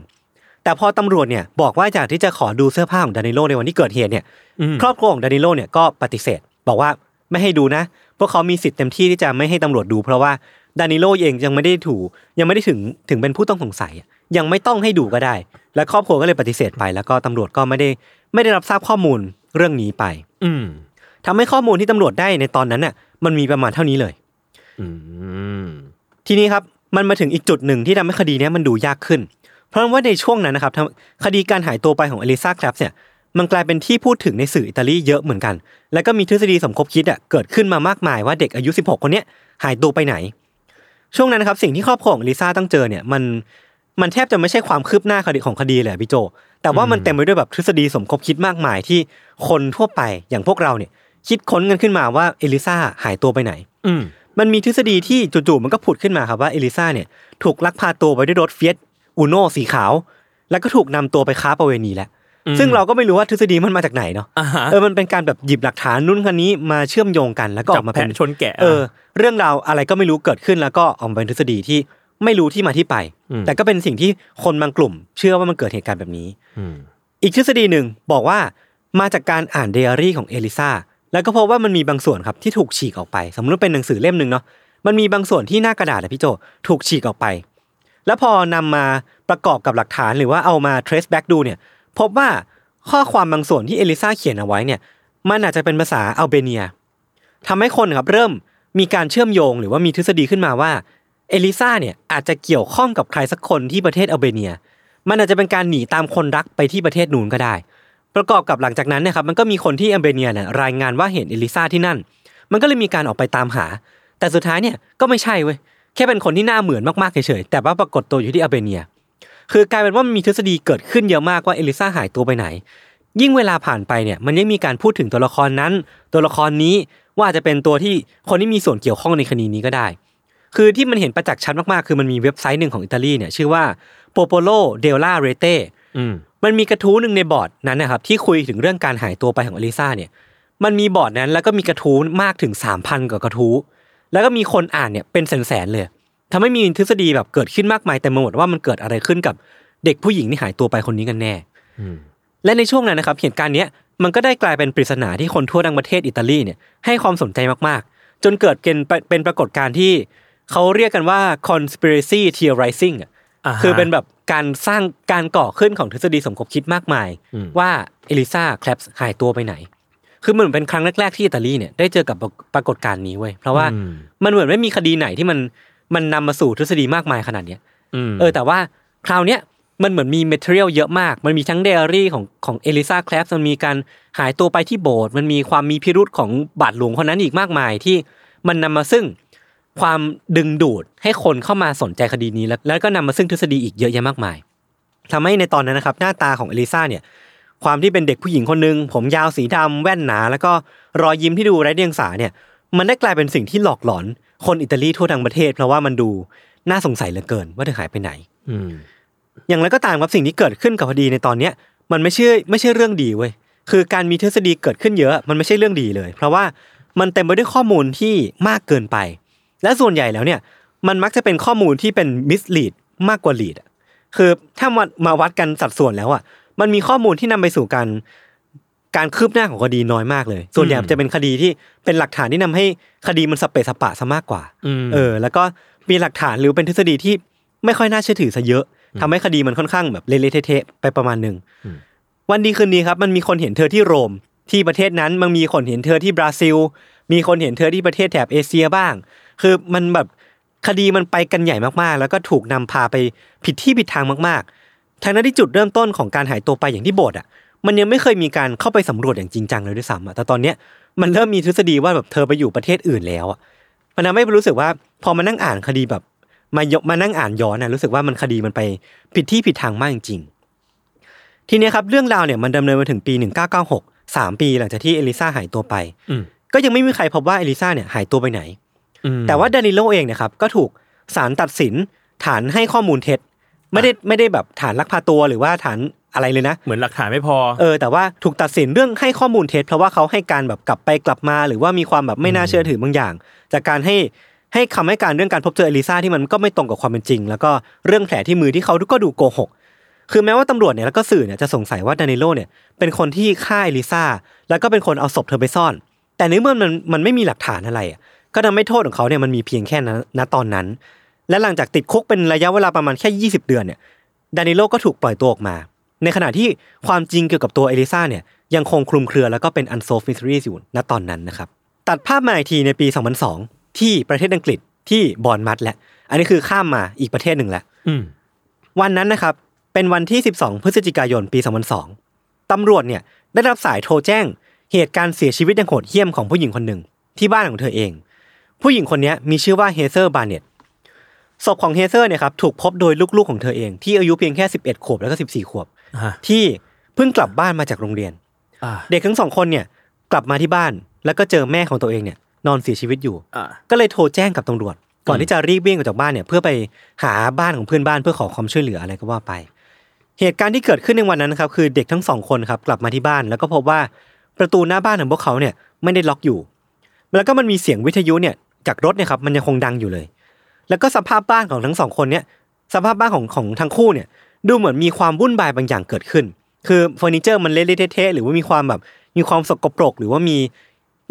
S2: แต่พอตำรวจเนี่ยบอกว่าอยากที่จะขอดูเสื้อผ้าของดานิโลในวันที่เกิดเหตุเนี่ย
S4: อืม
S2: ครอบครัวของดานิโลเนี่ยก็ปฏิเสธ บอกว่าไม่ให้ดูนะ พวกเขามีสิทธิ์เต็มที่ที่จะไม่ให้ตำรวจดู เพราะว่าดานิโลเองยังไม่ได้ถูกยังไม่ได้ถึงถึงเป็นผู้ต้องสงสัยอะยังไม่ต้องให้ดูก็ได้ และครอบครัวก็เลยปฏิเสธไป แล้วก็ตำรวจก็ไม่ได้ไม่ได้รับทราบข้อมูลเรื่องนี้ไป
S4: อืม
S2: ทำให้ข้อมูลที่ตำรวจได้ในตอนนั้นน่ะมันมีประมาณเท่านี้เลย
S4: อืม
S2: ทีนี้ครับมันมาถึงอีกจุดหนึ่งที่ทำให้คดีเนี้ยมันดูยากขึ้น เพราะว่าในช่วงนั้นนะครับทำคดีการหายตัวไปของเอลิซาแคลปเนี่ยมันกลายเป็นที่พูดถึงในสื่ออิตาลีเยอะเหมือนกัน แล้วก็มีทฤษฎีสมคบคิดอ่ะเกิดขึ้นมามากมายว่าเด็กอายุ 16 คนเนี้ยหายตัวไปไหน ช่วงนั้นนะครับสิ่งที่ครอบครัวของเอลิซาต้องเจอเนี่ยมันมันแทบจะไม่ใช่ความคืบหน้าคดีของคดีเลยอะพี่โจ แต่ว่ามันเต็มไปด้วยแบบทฤษฎีสมคบคิดมากมายที่คนทั่วไปอย่างพวกเราเนี่ยคิดค้นกันขึ้นมาว่าเอลิซาหายตัวไปไหน
S4: อืม
S2: มันมีทฤษฎีที่จู่ๆมันก็ผุดขึ้นมาครับว่าเอลิซาเนี่ยถูกลักพาตัวไปด้วยรถเฟียสอูโนสีขาว แล้วก็ถูกนำตัวไปค้าประเวณีแล้ว
S4: อืม
S2: ซึ่งเราก็ไม่รู้ว่าทฤษฎีมันมาจากไหนเนาะ
S4: อ่าฮะ
S2: เออมันเป็นการแบบหยิบหลักฐานนู่นคนนี้มาเชื่อมโยงกันแล้วก็อ
S4: จั
S2: อบ กมาเป็
S4: แพะ
S2: น
S4: ชนแกะ
S2: เออ เรื่องราวอะไรก็ไม่รู้เกิดขึ้นแล้วก็ออกมาเป็นทฤษฎีที่ไม่รู้ที่มาที่ไป
S4: ม
S2: แต่ก็เป็นสิ่งที่คนบางกลุ่ม เชื่อว่ามันเกิดเหตุการณ์แบบนี้
S4: อืม
S2: อีกทฤษฎีหนึ่งบอกว่ามาจากการอ่านไดอารี่ของเอลิซาแล้วก็พบว่ามันมีบางส่วนครับที่ถูกฉีกออกไป สมมติว่าเป็นหนังสือเล่มหนึ่งเนาะมันมีบางส่วนที่หน้ากระดาษอะพี่โจถูกฉีกออกไป แล้วพอนำมาประกอบกับหลักฐานหรือว่าเอามา trace back ดูเนี่ย พบว่าข้อความบางส่วนที่เอลิซาเขียนเอาไว้เนี่ย มันอาจจะเป็นภาษาอัลเบเนียทำให้คนครับเริ่มมีการเชื่อมโยงหรือว่ามีทฤษฎีขึ้นมาว่าเอลิซาเนี่ยอาจจะเกี่ยวข้องกับใครสักคนที่ประเทศอัลเบเนีย มันอาจจะเป็นการหนีตามคนรักไปที่ประเทศนู้นก็ได้ ประกอบกับหลังจากนั้นเนะครับมันก็มีคนที่อัลเบเนียเนี่ยรายงานว่าเห็นเอลิซาที่นั่น มันก็เลยมีการออกไปตามหา แต่สุดท้ายเนี่ยก็ไม่ใช่เว้ยแค่เป็นคนที่หน้าเหมือนมากๆเฉยๆแต่ว่าปรากฏตัวอยู่ที่อัลเบเนีย คือกลายเป็นว่ามันมีทฤษฎีเกิดขึ้นเยอะมากว่าเอลิซาหายตัวไปไหน ยิ่งเวลาผ่านไปเนี่ยมันยังมีการพูดถึงตัวละครนั้น ตัวละครนี้ว่าอาจจะเป็นตัวที่คนที่มีส่วนเกี่ยวข้องในคดีนี้ก็ได้ คือที่มันเห็นประจักษ์ชัดมากๆ คือมันมีเว็บไซต์หนึ่งของอิตาลีเนี่ยชื่อว่า Popolo della Rete
S4: อืม
S2: มันมีกระทู้หนึ่งในบอร์ดนั้นนะครับที่คุยถึงเรื่องการหายตัวไปของอลิซาเนี่ย มันมีบอร์ดนั้นแล้วก็มีกระทู้มากถึง 3,000 กว่ากระทู้ แล้วก็มีคนอ่านเนี่ยเป็นแสนๆเลยทำให้มีทฤษฎีแบบเกิดขึ้นมากมายแต่หมดว่ามันเกิดอะไรขึ้นกับเด็กผู้หญิงที่หายตัวไปคนนี้กันแน่
S4: อืม
S2: และในช่วงนั้นนะครับเหตุการณ์เนี้ยมันก็ได้กลายเป็นปริศนาที่คนทั่วทั้งประเทศอิตาลีเนี่ยให้ความสนใจมากๆ จนเกิดเป็นเป็นปรากฏการณ์ที่เขาเรียกกันว่า conspiracy theorizing อะ
S4: าฮะ
S2: คือเป็นแบบการสร้างการก่อขึ้นของทฤษฎีสมคบคิดมากมาย
S4: อืม
S2: ว่าเอลิซาแคลปส์หายตัวไปไหน คือเหมือนเป็นครั้งแรกๆที่อิตาลีเนี่ยได้เจอกับปรากฏการณ์นี้เว้ยเพราะว่า
S4: อืม
S2: มันเหมือนไม่มีคดีไหนที่มันมันนำมาสู่ทฤษฎีมากมายขนาดเนี้ย
S4: ม
S2: เออแต่ว่าคราวเนี้ยมันเหมือนมีเมทเรียลเยอะมาก มันมีทั้งไดอารี่ของของเอลิซาแคลปส์มันมีการหายตัวไปที่โบสถ์มันมีความมีพิรุธของบาทหลวงคนนั้นอีกมากมายที่มันนำมาซึ่ง ความดึงดูดให้คนเข้ามาสนใจคดีนี้แล้วแล้วก็นำมาซึ่งทฤษฎีอีกเยอะแยะมากมายทำให้ในตอนนั้นนะครับหน้าตาของเอลิซาเนี่ยความที่เป็นเด็กผู้หญิงคนหนึ่งผมยาวสีดำแว่นหนา แล้วก็รอยยิ้มที่ดูไร้เดียงสาเนี่ยมันได้กลายเป็นสิ่งที่หลอกหลอน คนอิตาลีทั่วทั้งประเทศ เพราะว่ามันดูน่าสงสัยเหลือเกินว่าเธอหายไปไหน
S4: อืม
S2: อย่างไรก็ตามครับสิ่งที่เกิดขึ้นกับคดีในตอนเนี้ยมันไม่ใช่ไม่ใช่เรื่องดีเว้ยคือการมีทฤษฎีเกิดขึ้นเยอะมันไม่ใช่เรื่องดีเลย เพราะว่ามันเต็มไปด้วยข้อมูลที่มากเกินไป และส่วนใหญ่แล้วเนี่ยมันมักจะเป็นข้อมูลที่เป็นมิสลีดมากกว่าลีดคือถ้ามามาวัดกันสัดส่วนแล้วอ่ะมันมีข้อมูลที่นำไปสู่การการคืบหน้าของคดีน้อยมากเลย ส่วนใหญ่จะเป็นคดีที่เป็นหลักฐานที่นำให้คดีมันสเปะสปะซะมากกว่า
S4: อืม
S2: เออแล้วก็มีหลักฐานหรือเป็นทฤษฎีที่ไม่ค่อยน่าเชื่อถือซะเยอะทำให้คดีมันค่อนข้างแบบเละๆเทะๆไปประมาณหนึ่งวันดีคืนดีครับมันมีคนเห็นเธอที่โรม ที่ประเทศนั้นมันมีคนเห็นเธอที่บราซิล มีคนเห็นเธอที่ประเทศแถบเอเชียบ้าง คือมันแบบคดีมันไปกันใหญ่มากๆ แล้วก็ถูกนำพาไปผิดที่ผิดทางมากๆทั้งนั้นที่จุดเริ่มต้นของการหายตัวไปอย่างที่โบสถ์อ่ะมันยังไม่เคยมีการเข้าไปสำรวจอย่างจริงจังเลยด้วยซ้ำอะแต่ตอนเนี้ยมันเริ่มมีทฤษฎีว่าแบบเธอไปอยู่ประเทศอื่นแล้วอะ มันทำให้รู้สึกว่าพอมานั่งอ่านคดีแบบมายกมานั่งอ่านย้อนนะรู้สึกว่ามันคดีมันไปผิดที่ผิดทางมากจริงๆทีเนี้ยครับเรื่องราวเนี่ยมันดำเนินมาถึงปี 1996 3 ปีหลังจากที่เอลิซาหายตัวไป
S4: อืม
S2: ก็ยังไม่มีใครพบว่าเอลิซาเนี่ยหายตัวไปไหน
S4: อืม
S2: แต่ว่าดานิโลเองเนะครับก็ถูกศาลตัดสินฐานให้ข้อมูลเท็จ ไม่ได้ไม่ได้แบบฐานลักพาตัวหรือว่าฐานอะไรเลยนะ
S4: เหมือนหลักฐานไม่พอ
S2: เออแต่ว่าถูกตัดสินเรื่องให้ข้อมูลเท็จเพราะว่าเขาให้การแบบกลับไปกลับมาหรือว่ามีความแบบไม่น่าเชื่อถือบางอย่าง จากการให้ให้คำให้การเรื่องการพบเจอเอลิซาที่มันก็ไม่ตรงกับความเป็นจริง แล้วก็เรื่องแผลที่มือที่เขาก็ดูโกหก คือแม้ว่าตำรวจเนี่ยแล้วก็สื่อเนี่ยจะสงสัยว่าดานิโลเนี่ยเป็นคนที่ฆ่าเอลิซาแล้วก็เป็นคนเอาศพเธอไปซ่อน แต่ในเมื่อมันมันไม่มีหลักฐานอะไรอะก็ทำให้โทษของเขาเนี่ยมันมีเพียงแค่นั้นณตอนนั้น และหลังจากติดคุกเป็นระยะเวลาประมาณแค่20 เดือนเนี่ย ดานิโลก็ถูกปล่อยตัวออกมา ในขณะที่ความจริงเกี่ยวกับตัวเอลิซาเนี่ยยังคงคลุมเครือแล้วก็เป็นอันโซฟ m ิ s ทรีอยู่ณตอนนั้นนะครับ ตัดภาพมาอีกทีในปี 2002 ที่ประเทศอังกฤษที่บอร์นมัดแหละอันนี้คือข้ามมาอีกประเทศหนึ่งแหละ
S4: อืม
S2: วันนั้นนะครับ เป็นวันที่ 12 พฤศจิกายน ปี 2002 ตำรวจเนี่ยได้รับสายโทรแจ้ง เหตุการณ์เสียชีวิตอย่างโหดเหี้ยมของผู้หญิงคนหนึ่ง ที่บ้านของเธอเอง ผู้หญิงคนเนี้ยมีชื่อว่าเฮเซอร์บาร์เน็ตศพของเฮเซอร์เนี่ยครับถูกพบโดยลูกๆของเธอเอง ที่อายุเพียงแค่ 11 ขวบแล้วก็ 14 ขวบ
S4: อ่า
S2: ที่เพิ่งกลับบ้านมาจากโรงเรียน
S4: อ่า
S2: เด็กทั้งสองคนเนี่ยกลับมาที่บ้านแล้วก็เจอแม่ของตัวเองเนี่ยนอนเสียชีวิตอยู่
S4: อ่า
S2: ก็เลยโทรแจ้งกับตำรวจ ก่อ
S4: อื
S2: น
S4: ม
S2: ที่จะรีบวิ่งออกจากบ้านเนี่ยเพื่อไปหาบ้านของเพื่อนบ้านเพื่อขอความช่วยเหลืออะไรก็ว่าไป เหตุการณ์ที่เกิดขึ้นในวันนั้นครับคือเด็กทั้งสองคนครับกลับมาที่บ้าน แล้วก็พบว่าประตูหน้าบ้านของพวกเขาเนี่ยไม่ได้ล็อกอยู่ แล้วก็มันมีเสียงวิทยุเนี่ยจากรถเนี่ยครับมันยังคงดังอยู่เลย แล้วก็สภาพบ้านของทั้งสองคนเนี่ยสภาพบ้านของของทั้งคู่เนี่ยดูเหมือนมีความวุ่นวายบางอย่างเกิดขึ้น คือเฟอร์นิเจอร์มันเละๆเทะๆหรือว่ามีความแบบมีความสกปรก หรือว่ามี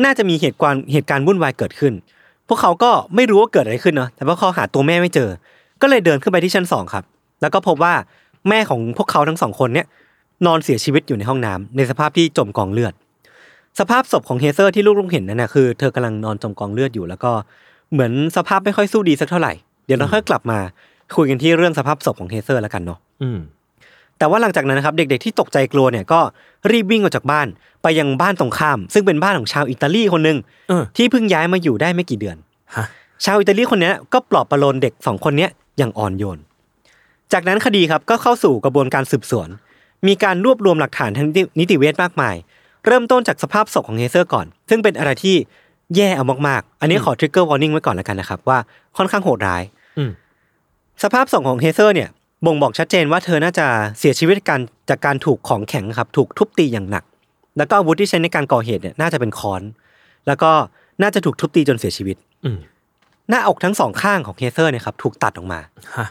S2: น่าจะมีเหตุการณ์เหตุการณ์วุ่นวายเกิดขึ้น พวกเขาก็ไม่รู้ว่าเกิดอะไรขึ้นเนาะแต่พวกเขาหาตัวแม่ไม่เจอ ก็เลยเดินขึ้นไปที่ชั้นสองครับ แล้วก็พบว่าแม่ของพวกเขาทั้งสองคนเนี่ยนอนเสียชีวิตอยู่ในห้องน้ำในสภาพที่จมกองเลือด สภาพศพของเฮเซอร์ที่ลูกๆเห็นนั่นนะคือเธอกำลังนอนจมกองเลือดอยู่แล้วก็เหมือนสภาพไม่ค่อยสู้ดีสักเท่าไหร่เดี๋ยวเราค่อยกลับมาคุยกันที่เรื่องสภาพศพของเฮเซอร์แล้วกันเนาะ
S4: อืม
S2: แต่ว่าหลังจากนั้นนะครับเด็กๆที่ตกใจกลัวเนี่ยก็รีบวิ่งออกจากบ้านไปยังบ้านตรงข้าม ซึ่งเป็นบ้านของชาวอิตาลีคนหนึ่ง
S4: เออ
S2: ที่เพิ่งย้ายมาอยู่ได้ไม่กี่เดือน
S4: ฮะ
S2: ชาวอิตาลีคนเนี้ยก็ปลอบประโลมเด็กสองคนเนี้ยอย่างอ่อนโยน จากนั้นคดีครับก็เข้าสู่กระบวนการสืบสวน มีการรวบรวมหลักฐานทางนิติเวชมากมาย เริ่มต้นจากสภาพศพของเฮเซอร์ก่อน ซึ่งเป็นอะไรที่แย่เอามากๆ อันนี้ขอทริกเกอร์วอร์นิ่งไว้ก่อนแล้วกันนะครับว่าค่อนข้างโหดร้าย
S4: อืม
S2: สภาพศพของเฮเซอร์เนี่ยบ่งบอกชัดเจนว่าเธอน่าจะเสียชีวิตการจากการถูกของแข็งครับถูกทุบตีอย่างหนัก แล้วก็อาวุธที่ใช้ในการก่อเหตุเนี่ยน่าจะเป็นค้อน แล้วก็น่าจะถูกทุบตีจนเสียชีวิต
S4: อืม
S2: หน้าอกทั้งสองข้างของเฮเซอร์เนี่ยครับถูกตัดออกมา
S4: ฮะ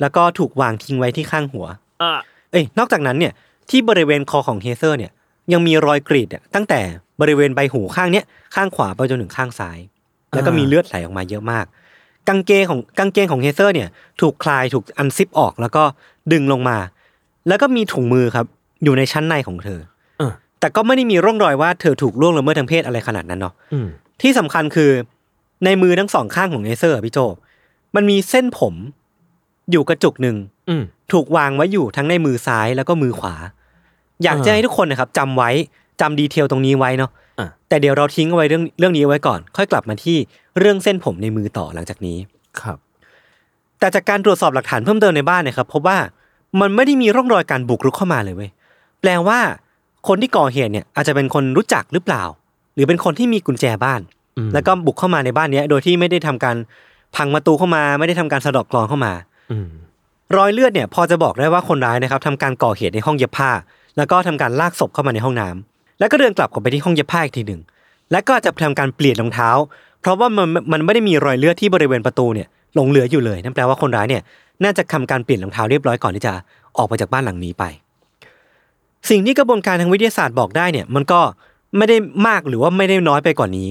S2: แล้วก็ถูกวางทิ้งไว้ที่ข้างหัว
S4: อ่า
S2: เอ้ยนอกจากนั้นเนี่ยที่บริเวณคอของเฮเซอร์เนี่ยยังมีรอยกรีดเนี่ยตั้งแต่บริเวณใบหูข้างเนี้ยข้างขวาไปจนถึงข้างซ้าย แล้วก็มีเลือดไหลออกมาเยอะมาก กางเกงของกางเกงของเฮเซอร์เนี่ยถูกคลายถูกอันซิปออกแล้วก็ดึงลงมา แล้วก็มีถุงมือครับอยู่ในชั้นในของเธอ
S4: เออ
S2: แต่ก็ไม่ได้มีร่องรอยว่าเธอถูกล่วงละเมิดทางเพศอะไรขนาดนั้นเนาะ
S4: อืม
S2: ที่สำคัญคือในมือทั้งสองข้างของเอเซอร์อะพี่โจ มันมีเส้นผมอยู่กระจุกหนึ่ง
S4: อืม
S2: ถูกวางไว้อยู่ทั้งในมือซ้ายแล้วก็มือขวา อยาก
S4: อ่า
S2: จะให้ทุกคนนะครับจำไว้จำดีเทลตรงนี้ไว้เนาะ
S4: อ่ะ
S2: แต่เดี๋ยวเราทิ้งเอาไว้เรื่องเรื่องนี้ไว้ก่อน ค่อยกลับมาที่เรื่องเส้นผมในมือต่อหลังจากนี้
S4: ครับ
S2: แต่จากการตรวจสอบหลักฐานเพิ่มเติมในบ้านเนะครับพบว่ามันไม่ได้มีร่องรอยการบุกรุกเข้ามาเลยเว้ยแปลว่าคนที่ก่อเหตุเนี่ยอาจจะเป็นคนรู้จักหรือเปล่า หรือเป็นคนที่มีกุญแจบ้าน
S4: อืม
S2: แล้วก็บุกเข้ามาในบ้านเนี้ยโดยที่ไม่ได้ทำการพังประตูเข้ามา ไม่ได้ทำการสะเดอกกลอนเข้ามา
S4: อืม
S2: รอยเลือดเนี่ยพอจะบอกได้ว่าคนร้ายนะครับทำการก่อเหตุในห้องเย็บผ้า แล้วก็ทำการลากศพเข้ามาในห้องน้ำแล้วก็เดินกลับกลับไปที่ห้องเย็บผ้าอีกทีหนึ่งแล้วก็จะทำการเปลี่ยนรองเท้า เพราะว่ามันมันไม่ได้มีรอยเลือดที่บริเวณประตูเนี่ยหลงเหลืออยู่เลยนั่นแปลว่าคนร้ายเนี่ยน่าจะทำการเปลี่ยนรองเท้าเรียบร้อยก่อนที่จะออกไปจากบ้านหลังนี้ไป สิ่งที่กระบวนการทางวิทยาศาสตร์บอกได้เนี่ยมันก็ไม่ได้มากหรือว่าไม่ได้น้อยไปกว่านี้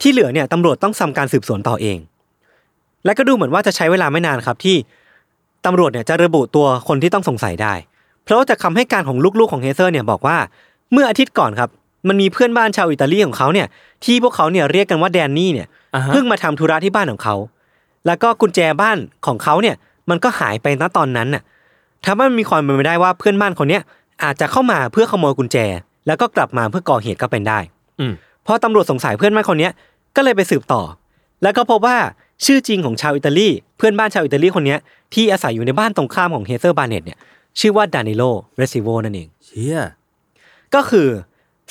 S2: ที่เหลือเนี่ยตำรวจต้องทำการสืบสวนต่อเอง และก็ดูเหมือนว่าจะใช้เวลาไม่นานครับที่ ตำรวจเนี่ยจะระบุตัวคนที่ต้องสงสัยได้ เพราะว่าจากคำให้การของลูกๆของเฮเซอร์เนี่ยบอกว่า เมื่ออาทิตย์ก่อนครับ มันมีเพื่อนบ้านชาวอิตาลีของเขาเนี่ยที่พวกเขาเนี่ยเรียกกันว่าแดนนี่เนี่ย
S4: อ่าฮะ
S2: เพิ่งมาทำธุระที่บ้านของเขา แล้วก็กุญแจบ้านของเขาเนี่ยมันก็หายไปณตอนนั้นน่ะถ้ามันมีความเป็นไปได้ว่าเพื่อนบ้านคนเนี้ยอาจจะเข้ามาเพื่อขโมยกุญแจ แล้วก็กลับมาเพื่อก่อเหตุก็เป็นได้
S4: อืม
S2: พอตำรวจสงสัยเพื่อนบ้านคนเนี้ยก็เลยไปสืบต่อ แล้วก็พบว่าชื่อจริงของชาวอิตาลีเพื่อนบ้านชาวอิตาลีคนเนี้ยที่อาศัยอยู่ในบ้านตรงข้ามของเฮเซอร์บาร์เนตเนี่ยชื่อว่าดานิโลเรซิโวนั่นเอง
S4: เชี่ย
S2: ก็คือ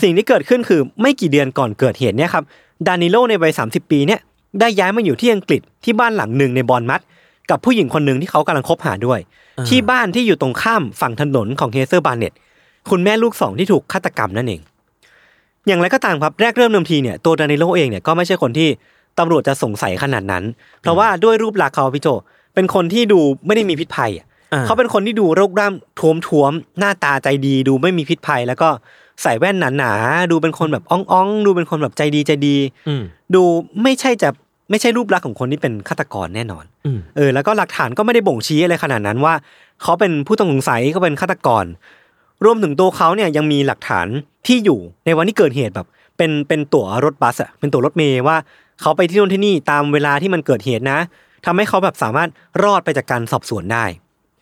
S2: สิ่งที่เกิดขึ้นคือไม่กี่เดือนก่อนเกิดเหตุเนี่ยครับดานิโลในวัย30 ปีเนี่ยได้ย้ายมาอยู่ที่อังกฤษที่บ้านหลังหนึ่งในบอนมัดกับผู้หญิงคนหนึ่งที่เขากำลังคบหาด้วย ที่บ้านที่อยู่ตรงข้ามฝั่งถนนของเฮเซอร์บาร์เนตคุณแม่ลูกสองที่ถูกฆาตกรรมนั่นเอง อย่างไรก็ตามครับแรกเริ่มเดิมทีเนี่ยตัวดานิโลเองเนี่ยก็ไม่ใช่คนที่ตำรวจจะสงสัยขนาดนั้น เพราะว่าด้วยรูปลักษณ์เขาพี่โจเป็นคนที่ดูไม่ได้มีพิษภัยอะ
S4: อ่
S2: เขาเป็นคนที่ดูรูปร่างท้วมท้วมๆหน้าตาใจดี ดูไม่มีพิษภัย แล้วก็ใส่แว่นหนาๆดูเป็นคนแบบอ่องๆ ดูเป็นคนแบบใจดีใจดี
S4: อืม
S2: ดูไม่ใช่จะไม่ใช่รูปลักษณ์ของคนที่เป็นฆาตกรแน่นอน
S4: อืม
S2: เออแล้วก็หลักฐานก็ไม่ได้บ่งชี้อะไรขนาดนั้นว่า เขาเป็นผู้ต้องสงสัยเขาเป็นฆาตกร รวมถึงตัวเขาเนี่ยยังมีหลักฐานที่อยู่ในวันที่เกิดเหตุแบบ เป็นเป็นตั๋วรถบัสอะเป็นตั๋วรถเมย์ว่า เขาไปที่นู่นที่นี่ตามเวลาที่มันเกิดเหตุนะทำให้เขาแบบสามารถรอดไปจากการสอบสวนได้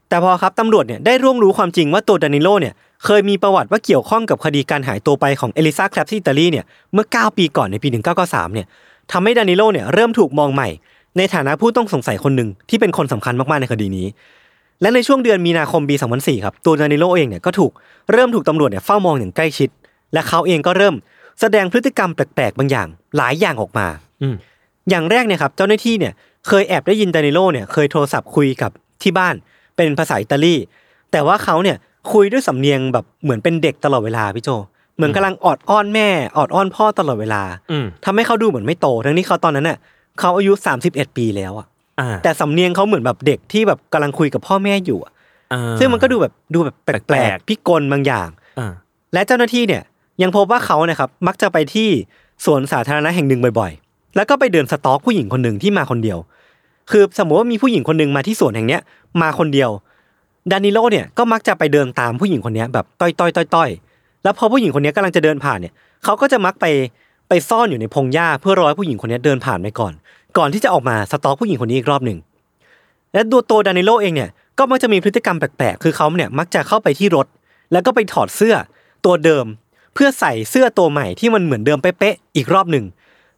S2: แต่พอครับตำรวจเนี่ยได้ร่วมรู้ความจริงว่าตัวดานิโลเนี่ยเคยมีประวัติว่าเกี่ยวข้องกับคดีการหายตัวไปของเอลิซาแคลปที่อิตาลีเนี่ยเมื่อ 9 ปีก่อนในปี 1993เนี่ยทำให้ดานิโลเนี่ยเริ่มถูกมองใหม่ ในฐานะผู้ต้องสงสัยคนหนึ่งที่เป็นคนสำคัญมากๆในคดีนี้ และในช่วงเดือนมีนาคมปี 2004 ครับ ตัวดานิโลเองเนี่ยก็ถูกเริ่มถูกตำรวจเนี่ยเฝ้ามองอย่างใกล้ชิด และเขาเองก็เริ่มแสดงพฤติกรรมแปลกๆบางอย่าง หลายอย่างออกมา
S4: อืม
S2: อย่างแรกเนี่ยครับเจ้าหน้าที่เนี่ยเคยแอบได้ยินดานิโลเนี่ยเคยโทรศัพท์คุยกับที่บ้านเป็นภาษาอิตาลี แต่ว่าเขาเนี่ย คุยด้วยสำเนียงแบบเหมือนเป็นเด็กตลอดเวลาพี่โจ เหมือนกำลังออดอ้อนแม่ออดอ้อนพ่อตลอดเวลา
S4: อืม
S2: ทำให้เขาดูเหมือนไม่โต ทั้งที่เขาตอนนั้นน่ะเขาอายุ 31 ปีแล้วอะ
S4: อ่า
S2: แต่สำเนียงเขาเหมือนแบบเด็กที่แบบกำลังคุยกับพ่อแม่อยู่อะ
S4: อ่า
S2: ซึ่งมันก็ดูแบบดูแบบแป
S4: แป
S2: ล
S4: ล
S2: ก
S4: ก
S2: ๆ
S4: ๆ
S2: พิกลบางอย่าง
S4: อ่า
S2: และเจ้าหน้าที่เนี่ยยังพบว่าเขานะครับมักจะไปที่สวนสาธารณะแห่งหนึ่งบ่อยๆ แล้วก็ไปเดินสต็อกผู้หญิงคนหนึ่งที่มาคนเดียว คือสมมติว่ามีผู้หญิงคนหนึ่งมาที่สวนแห่งเนี้ยมาคนเดียว ดานิโลเนี่ยก็มักจะไปเดินตามผู้หญิงคนเนี้ยแบบต้อยต้อยต้อยต้อยแล้วพอผู้หญิงคนเนี้ยกำลังจะเดินผ่านเนี่ยเขาก็จะมักไปไปซ่อนอยู่ในพงหญ้าเพื่อรอให้ผู้หญิงคนเนี้ยเดินผ่านไปก่อน ก่อนที่จะออกมาสต็อกผู้หญิงคนนี้อีกรอบหนึ่งและตัวตัวดานิโลเองเนี่ยก็มักจะมีพฤติกรรมแปลกๆ คือเขาเนี่ยมักจะเข้าไปที่รถ แล้วก็ไปถอดเสื้อตัวเดิม เพื่อใส่เสื้อตัวใหม่ที่มันเหมือนเดิมเป๊ะๆอีกรอบหนึ่ง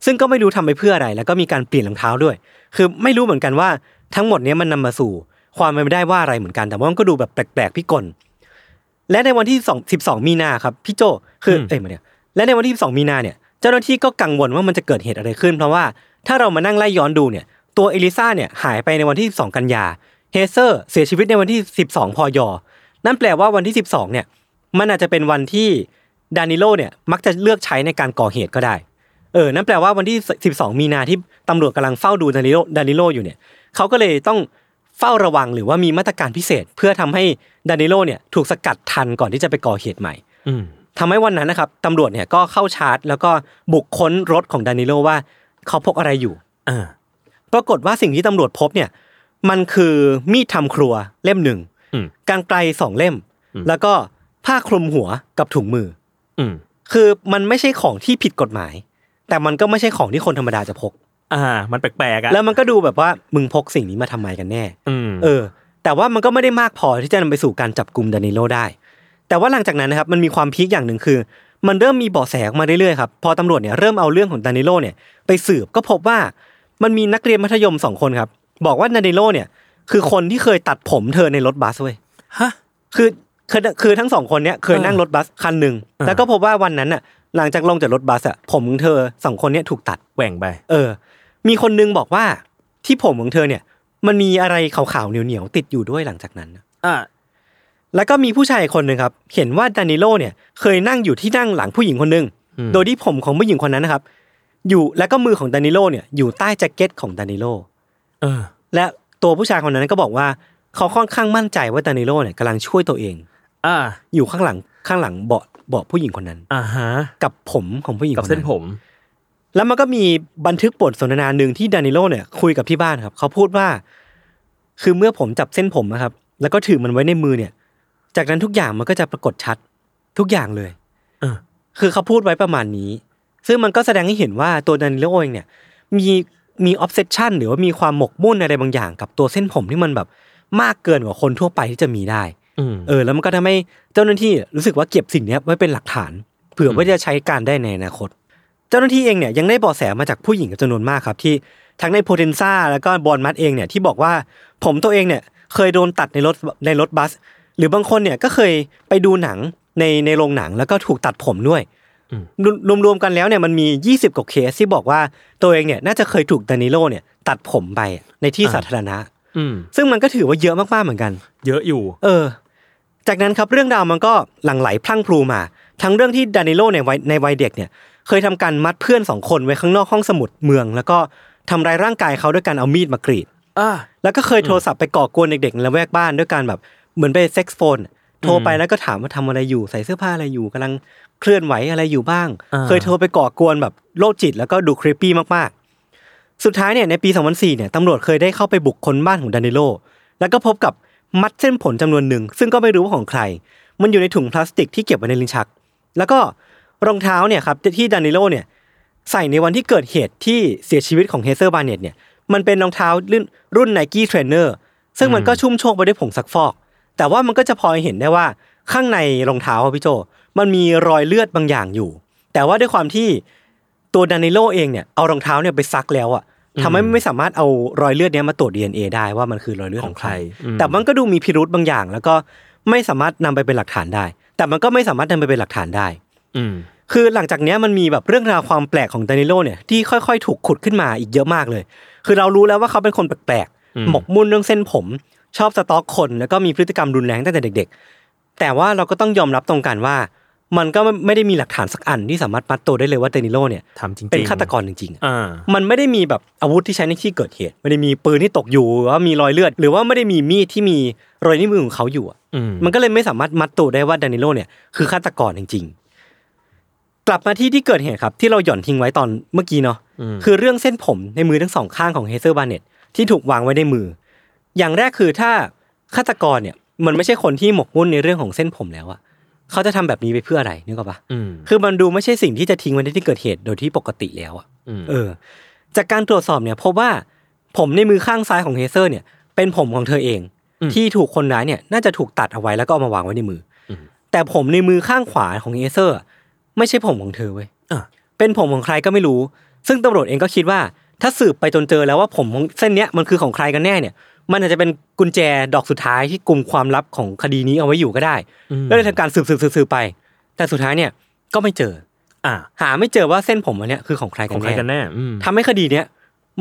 S2: ซึ่งก็ไม่รู้ทำไปเพื่ออะไร แล้วก็มีการเปลี่ยนรองเท้าด้วย คือไม่รู้เหมือนกันว่าทั้งหมดเนี้ยมันนำมาสู่ความเป็นไปได้ว่าอะไรเหมือนกันแต่ว่ามันก็ดูแบบแปลกๆพิกลและในวันที่2 12 มีนาครับพี่โจคืออเอ้ยไมาเนี่ยและในวันที่12มีนาเนี่ยเจ้าหน้าที่ก็กังวลว่ามันจะเกิดเหตุอะไรขึ้น เพราะว่าถ้าเรามานั่งไล่ย้อนดูเนี่ย ตัวเอลิซาเนี่ยหายไปในวันที่12กันยาเฮเซอร์เสียชีวิตในวันที่ 12 พย นั่นแปลว่าวันที่ 12 เนี่ย มันอาจจะเป็นวันที่ดานิโลเนี่ยมักจะเลือกใช้ในการก่อเหตุก็ได้ เออ นั่นแปลว่าวันที่ 12 มีนาที่ตำรวจกำลังเฝ้าดูดานิโลดานิโลอยู่เนี่ยเขาก็เลยต้องเฝ้าระวังหรือว่ามีมาตรการพิเศษ เพื่อทำให้ดานิโลเนี่ยถูกสกัดทันก่อนที่จะไปก่อเหตุใหม่
S4: อืม
S2: ทำให้วันนั้นนะครับตำรวจเนี่ยก็เข้าชาร์จ แล้วก็บุกค้นรถของดานิโลว่าเขาพกอะไรอยู่
S4: อ่า
S2: ปรากฏว่าสิ่งที่ตำรวจพบเนี่ย มันคือมีดทำครัวเล่มหนึ่ง
S4: อืม
S2: กางไกลสองเล่ม
S4: อืม
S2: แล้วก็ผ้าคลุมหัวกับถุงมือ
S4: อืม
S2: คือมันไม่ใช่ของที่ผิดกฎหมาย แต่มันก็ไม่ใช่ของที่คนธรรมดาจะพก
S4: อ่า มันแปลกๆอ่ะ
S2: แล้วมันก็ดูแบบว่ามึงพกสิ่งนี้มาทำไมกันแน่
S4: อืม
S2: เออ แต่ว่ามันก็ไม่ได้มากพอที่จะนำไปสู่การจับกลุ่มดานิโลได้ แต่ว่าหลังจากนั้นนะครับมันมีความพีคอย่างหนึ่งคือ มันเริ่มมีเบาะแสออกมาเรื่อยๆครับพอตำรวจเนี่ยเริ่มเอาเรื่องของดานิโลเนี่ยไปสืบก็พบว่ามันมีนักเรียนมัธยมสองคนครับ บอกว่าดานิโลเนี่ยคือคนที่เคยตัดผมเธอในรถบัสเว้ย
S4: ฮะ
S2: คือคือคือทั้งสองคนเนี่ยเคย
S4: เออ
S2: นั่งรถบัสคันหนึ่ง
S4: เออ
S2: แล้วก็พบว่าวันนั้นน่ะหลังจากลงจากรถบัสอะผมของเธอสองคนเนี่ยถูกตัด
S4: แหว่งไป
S2: เออ มีคนนึงบอกว่าที่ผมของเธอเนี่ย มันมีอะไรขาวๆเหนียวๆติดอยู่ด้วยหลังจากนั้นนะ
S4: อ่า
S2: แล้วก็มีผู้ชายคนหนึ่งครับ เห็นว่าดานิโลเนี่ยเคยนั่งอยู่ที่นั่งหลังผู้หญิงคนหนึ่ง
S4: อืม
S2: โดยที่ผมของผู้หญิงคนนั้นนะครับ อยู่แล้วก็มือของดานิโลเนี่ยอยู่ใต้แจ็คเก็ตของดานิโล
S4: เออ
S2: และตัวผู้ชายคนนั้นก็บอกว่าเขาค่อนข้างมั่นใจว่าดานิโลเนี่ยกำลังช่วยตัวเอง
S4: อ่า
S2: อยู่ข้างหลังข้างหลังเบาะเบาะผู้หญิงคนนั้น
S4: อ่าฮะ
S2: กับผมของผู้หญิงค
S4: กับ
S2: น
S4: เส้
S2: นั้น น
S4: ผม
S2: แล้วมันก็มีบันทึกบทสนทนาหนึ่งที่ดานิโลเนี่ยคุยกับที่บ้านครับ เขาพูดว่า คือเมื่อผมจับเส้นผมนะครับ แล้วก็ถือมันไว้ในมือเนี่ย จากนั้นทุกอย่างมันก็จะปรากฏชัดทุกอย่างเลย
S4: เออ
S2: คือเขาพูดไว้ประมาณนี้ ซึ่งมันก็แสดงให้เห็นว่าตัวดานิโลเองเนี่ย มีมีออฟเซชันหรือว่ามีความหมกมุ่นอะไรบางอย่าง กับตัวเส้นผมที่มันแบบมากเกินกว่าคนทั่วไปที่จะมีได้
S4: อืม
S2: เออแล้วมันก็ทำให้เจ้าหน้าที่รู้สึกว่าเก็บสิ่งเนี้ยไว้เป็นหลักฐาน เผื่อว่าจะใช้การได้ในอนาคต เจ้าหน้าที่เองเนี่ยยังได้เบาะแสมาจากผู้หญิงจำนวนมากครับที่ทั้งในโพเทนซ่าแล้วก็บอลมัดเองเนี่ยที่บอกว่าผมตัวเองเนี่ยเคยโดนตัดในรถในรถบัส หรือบางคนเนี่ยก็เคยไปดูหนังในในโรงหนังแล้วก็ถูกตัดผมด้วย
S4: อืม
S2: รวมรวมๆกันแล้วเนี่ยมันมี 20กว่าเคสที่บอกว่าตัวเองเนี่ยน่าจะเคยถูกดานิโลเนี่ยตัดผมไปในที่สาธารณะ
S4: อืม
S2: ซึ่งมันก็ถือว่าเยอะมากๆเหมือนกัน
S4: เยอะอยู่
S2: เออ จากนั้นครับเรื่องราวมันก็หลั่งไหลพลั่งพลูมา ทั้งเรื่องที่ดานิโลในวัยในวัยเด็กเนี่ย เคยทำการมัดเพื่อนสองคนไว้ข้างนอกห้องสมุดเมือง แล้วก็ทำร้ายร่างกายเขาด้วยการเอามีดมากรีด
S4: อ่า
S2: แล้วก็เคยโทรศัพท์ไปก่อกวนเด็กๆในละแวกบ้านด้วยการแบบเหมือนไปเซ็กซ์โฟน โทรไปแล้วก็ถามว่าทำอะไรอยู่ใส่เสื้อผ้าอะไรอยู่กำลังเคลื่อนไหวอะไรอยู่บ้าง
S4: อ่า
S2: เคยโทรไปก่อกวนแบบโรคจิตแล้วก็ดูครีปปี้มากๆ สุดท้ายเนี่ยในปี 2004เนี่ยตำรวจเคยได้เข้าไปบุกค้นบ้านของดานิโล แล้วก็พบกับมัดเส้นผลจำนวนหนึ่ง ซึ่งก็ไม่รู้ว่าของใคร มันอยู่ในถุงพลาสติกที่เก็บไว้ในลิ้นชัก แล้วก็รองเท้าเนี่ยครับที่ดานิโลเนี่ย ใส่ในวันที่เกิดเหตุที่เสียชีวิตของเฮเซอร์บาร์เน็ตเนี่ยมันเป็นรองเท้ารุ่นรุ่นไนกี้เทรนเนอร์ซึ่งมันก็ชุ่มโชกไปด้วยผงซักฟอก แต่ว่ามันก็จะพอเห็นได้ว่าข้างในรองเท้าอะพี่โจ มันมีรอยเลือดบางอย่างอยู่ แต่ว่าด้วยความที่ตัวดานิโลเองเนี่ยเอารองเท้าเนี่ยไปซักแล้วอะทำให้ไม่สามารถเอารอยเลือดเนี้ยมาตรวจ DNA ได้ว่ามันคือรอยเลือดของใคร
S4: ของใครอืม
S2: แต่มันก็ดูมีพิรุธบางอย่าง แล้วก็ไม่สามารถนำไปเป็นหลักฐานได้ แต่มันก็ไม่สามารถนำไปเป็นหลักฐานได้
S4: อืม
S2: คือหลังจากเนี้ยมันมีแบบเรื่องราวความแปลกของดานิโลเนี่ยที่ค่อยๆ ถูกขุดขึ้นมาอีกเยอะมากเลย คือเรารู้แล้วว่าเขาเป็นคนแปลก
S4: อืม
S2: ๆ หมกมุ่นเรื่องเส้นผม ชอบสต็อกคนแล้วก็มีพฤติกรรมรุนแรงตั้งแต่เด็ก ๆ แต่ว่าเราก็ต้องยอมรับตรงกันว่า มันก็ไม่ได้มีหลักฐานสักอันที่สามารถปัดตัวได้เลยว่าเดนิโลเนี่ย
S4: ทำจริงๆ
S2: เป็นฆาตกรจริงๆอะ
S4: อ่า
S2: มันไม่ได้มีแบบอาวุธที่ใช้ในที่เกิดเหตุไม่ได้มีปืนที่ตกอยู่หรือว่ามีรอยเลือด หรือว่าไม่ได้มีมีดที่มีรอยนิ้วมือของเขาอยู่อะ
S4: อืม
S2: มันก็เลยไม่สามารถมัดตัวได้ว่าดานิโลเนี่ยคือฆาตกรจริง ๆ กลับมาที่ที่เกิดเหตุครับ ที่เราหย่อนทิ้งไว้ตอนเมื่อกี้เนาะคือเรื่องเส้นผมในมือทั้งสองข้างของเฮเซอร์บาเน็ตที่ถูกวางไว้ในมือ อย่างแรกคือถ้าฆาตกรเนี่ยมันไม่ใช่คนที่หมกมุ่นในเรื่องของเส้นผมแล้วอะเขาจะทำแบบนี้ไปเพื่ออะไรนึกออกปะ
S4: อืม
S2: คือมันดูไม่ใช่สิ่งที่จะทิ้งไว้ในที่เกิดเหตุโดยที่ปกติแล้วอะ
S4: อืม
S2: เออจากการตรวจสอบเนี่ยพบว่าผมในมือข้างซ้ายของเฮเซอร์เนี่ยเป็นผมของเธอเอง ที่ถูกคนร้ายเนี่ยน่าจะถูกตัดเอาไว้แล้วก็เอามาวางไว้ในมืออแต่ผมในมือข้างขวาของเฮเซอร์ ไม่ใช่ผมของเธอเว้ย
S4: อ่ะ
S2: เป็นผมของใครก็ไม่รู้ ซึ่งตำรวจเองก็คิดว่า ถ้าสืบไปจนเจอแล้วว่าผมของเส้นเนี้ยมันคือของใครกันแน่เนี่ย มันอาจจะเป็นกุญแจดอกสุดท้ายที่กลุ่มความลับของคดีนี้เอาไว้อยู่ก็ได้ก็เลยทำการสืบสืบสืบสืบไป แต่สุดท้ายเนี่ยก็ไม่เจอ
S4: อ่า
S2: หาไม่เจอว่าเส้นผมอันเนี้ยคือของใคร
S4: ข
S2: กั
S4: อนงใคร
S2: แน่
S4: กันแน่อืม
S2: ทำให้คดีเนี้ย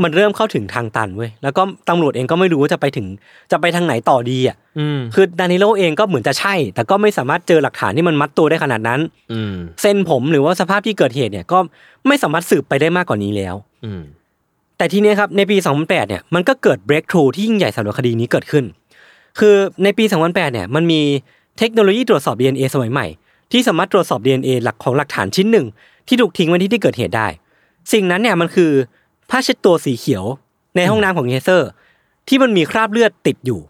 S2: มันเริ่มเข้าถึงทางตันเว้ยแล้วก็ตำรวจเองก็ไม่รู้ว่าจะไปถึงจะไปทางไหนต่อดีอ่ะ
S4: อืม
S2: คือดานิโลเองก็เหมือนจะใช่ แต่ก็ไม่สามารถเจอหลักฐานที่มันมัดตัวได้ขนาดนั้น
S4: อืม
S2: เส้นผมหรือว่าสภาพที่เกิดเหตุเนี่ยก็ไม่สามารถสืบไปได้มากกว่านี้แล้ว
S4: อืม
S2: แต่ทีเนี้ยครับในปี 2008 เนี่ยมันก็เกิด breakthrough ที่ยิ่งใหญ่สำหรับคดีนี้เกิดขึ้น คือในปี 2008 เนี่ยมันมีเทคโนโลยีตรวจสอบ DNA สมัยใหม่ ที่สามารถตรวจสอบ DNA หลักของหลักฐานชิ้นหนึ่ง ที่ถูกทิ้งไว้ที่ที่เกิดเหตุได้ สิ่งนั้นเนี่ยมันคือผ้าเช็ดตัวสีเขียวในห้องน้ำของเฮเซอร์ ที่มันมีคราบเลือดติดอยู่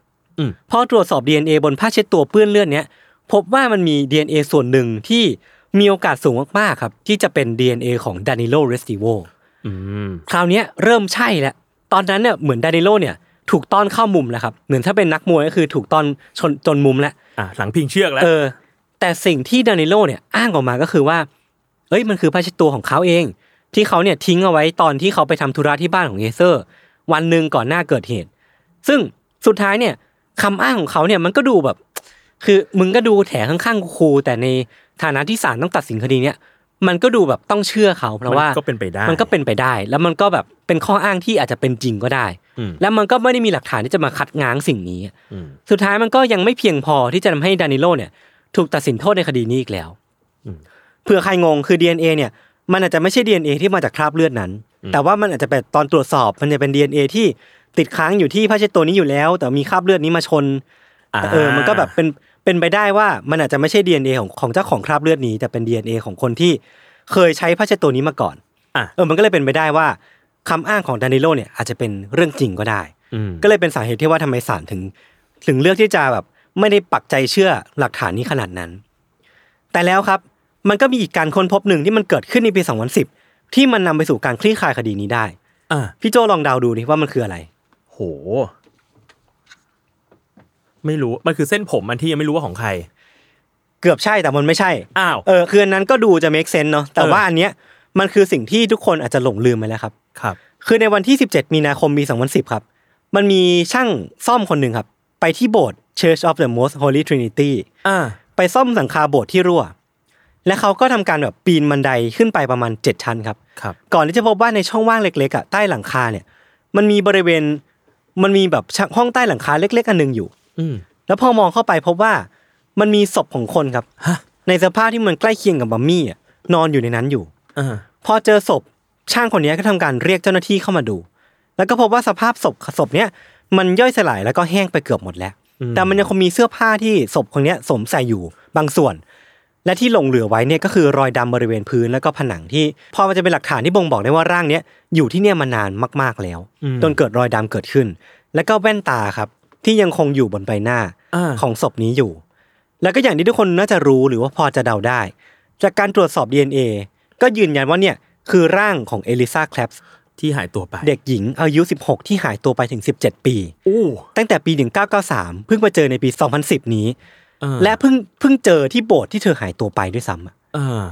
S2: พอตรวจสอบ DNA บนผ้าเช็ดตัวเปื้อนเลือดเนี่ยพบว่ามันมี DNA ส่วนหนึ่งที่มีโอกาสสูงมากๆครับที่จะเป็น DNA ของดานิโลเรสติโว
S4: อืม
S2: คราวเนี้ยเริ่มใช่แล้ว ตอนนั้นเนี่ยเหมือนดานิโลเนี่ยถูกต้อนเข้ามุมแล้วครับ เหมือนถ้าเป็นนักมวยก็คือถูกต้อนชนจนมุมแล้ว
S4: อ่าหลังพิงเชือกแล้ว
S2: เออ แต่สิ่งที่ดานิโลเนี่ยอ้างออกมาก็คือว่า เอ้ยมันคือผ้าเช็ดตัวของเขาเอง ที่เขาเนี่ยทิ้งเอาไว้ตอนที่เขาไปทำธุระที่บ้านของเฮเซอร์ วันหนึ่งก่อนหน้าเกิดเหตุ ซึ่งสุดท้ายเนี่ยคำอ้างของเขาเนี่ยมันก็ดูแบบ คือมึงก็ดูแถข้างๆครูแต่ในฐานะที่ศาลต้องตัดสินคดีเนี่ยมันก็ดูแบบต้องเชื่อเขาเพราะว่า
S4: มันก็เป็นไปได้
S2: มันก็เป็นไปได้ แล้วมันก็แบบเป็นข้ออ้างที่อาจจะเป็นจริงก็ได้
S4: อืม
S2: แล้วมันก็ไม่ได้มีหลักฐานที่จะมาคัดง้างสิ่งนี้
S4: อืม
S2: สุดท้ายมันก็ยังไม่เพียงพอที่จะทำให้ดานิโลเนี่ย ถูกตัดสินโทษในคดีนี้อีกแล้ว
S4: อืม
S2: เผื่อใครงงคือ DNA เนี่ย มันอาจจะไม่ใช่ DNA ที่มาจากคราบเลือดนั้น แต่ว่ามันอาจจะเป็นตอนตรวจสอบมันจะเป็น DNA ที่ติดค้างอยู่ที่ผ้าเช็ดตัวนี้อยู่แล้ว แต่มีคราบเลือดนี้มาชน
S4: อ่า
S2: เออ มันก็แบบเป็นเป็นไปได้ว่ามันอาจจะไม่ใช่ DNA ของของเจ้าของคราบเลือดนี้ แต่เป็น DNA ของคนที่เคยใช้ผ้าเช็ดตัวนี้มาก่อน
S4: อ่ะ
S2: เออ มันก็เลยเป็นไปได้ว่าคำอ้างของดานิโลเนี่ยอาจจะเป็นเรื่องจริงก็ได้
S4: อืม
S2: ก็เลยเป็นสาเหตุที่ว่าทำไมศาลถึง ถึงเลือกที่จะแบบไม่ได้ปักใจเชื่อหลักฐานนี้ขนาดนั้น แต่แล้วครับ มันก็มีอีกการค้นพบหนึ่งที่มันเกิดขึ้นในปี 2010 ที่มันนำไปสู่การคลี่คลายคดีนี้ได้
S4: อ่ะ
S2: พี่โจลองเดาดูนี่ว่ามันคืออะไร
S4: โห ไม่รู้มันคือเส้นผมอันที่ยังไม่รู้ว่าของใคร
S2: เกือบใช่แต่มันไม่ใช่
S4: อ้าว
S2: เออคืออันนั้นก็ดูจะ make sense เนาะแต่
S4: เออ
S2: ว่าอันเนี้ยมันคือสิ่งที่ทุกคนอาจจะหลงลืมไปแล้วครับ
S4: ครับ
S2: คือในวันที่ 17 มีนาคมปี2010 ครับ มันมีช่างซ่อมคนหนึ่งครับ ไปที่โบสถ์ Church of the Most Holy Trinity
S4: อ่า
S2: ไปซ่อมสังคาโบสถ์ที่รั่ว และเขาก็ทำการแบบปีนบันไดขึ้นไปประมาณ 7 ชั้นครับ
S4: ครับ
S2: ก่อนที่จะพบว่าในช่องว่างเล็กๆอ่ะใต้หลังคาเนี่ย มันมีบริเวณมันมีแบบช่องห้องใต้หลังคาเล็ก ๆ อันหนึงอยู่
S4: อืม
S2: แล้วพอมองเข้าไปพบว่ามันมีศพของคนครับ
S4: ฮะ
S2: ในสภาพที่มันใกล้เคียงกับบัมมี่อะนอนอยู่ในนั้นอยู่
S4: อ่า
S2: พอเจอศพช่างคนนี้ก็ทำการเรียกเจ้าหน้าที่เข้ามาดู แล้วก็พบว่าสภาพศพศพเนี้ยมันย่อยสลายแล้วก็แห้งไปเกือบหมดแล้ว แต่มันยังคงมีเสื้อผ้าที่ศพคนเนี้ยสวมใส่อยู่บางส่วน และที่หลงเหลือไว้เนี่ยก็คือรอยดำบริเวณพื้นแล้วก็ผนังที่พอมันจะเป็นหลักฐานที่บ่งบอกได้ว่าร่างเนี้ยอยู่ที่เนี่ยมานานมากๆแล้ว จนเกิดรอยดำเกิดขึ้น แล้วก็แว่นตาครับ ที่ยังคงอยู่บนใบหน้า
S4: อ่า
S2: ของศพนี้อยู่ แล้วก็อย่างที่ทุกคนน่าจะรู้หรือว่าพอจะเดาได้ จากการตรวจสอบ DNA ก็ยืนยันว่าเนี่ยคือร่างของเอลิซาแคลปส์
S4: ที่หายตัวไป
S2: เด็กหญิงอายุ 16 ที่หายตัวไปถึง 17 ปี
S4: อู้
S2: ตั้งแต่ปี 1993 เพิ่งมาเจอในปี 2010 นี้
S4: อ่า
S2: และเพิ่งเพิ่งเจอที่โบสถ์ที่เธอหายตัวไปด้วยซ้ำอะ
S4: อ่า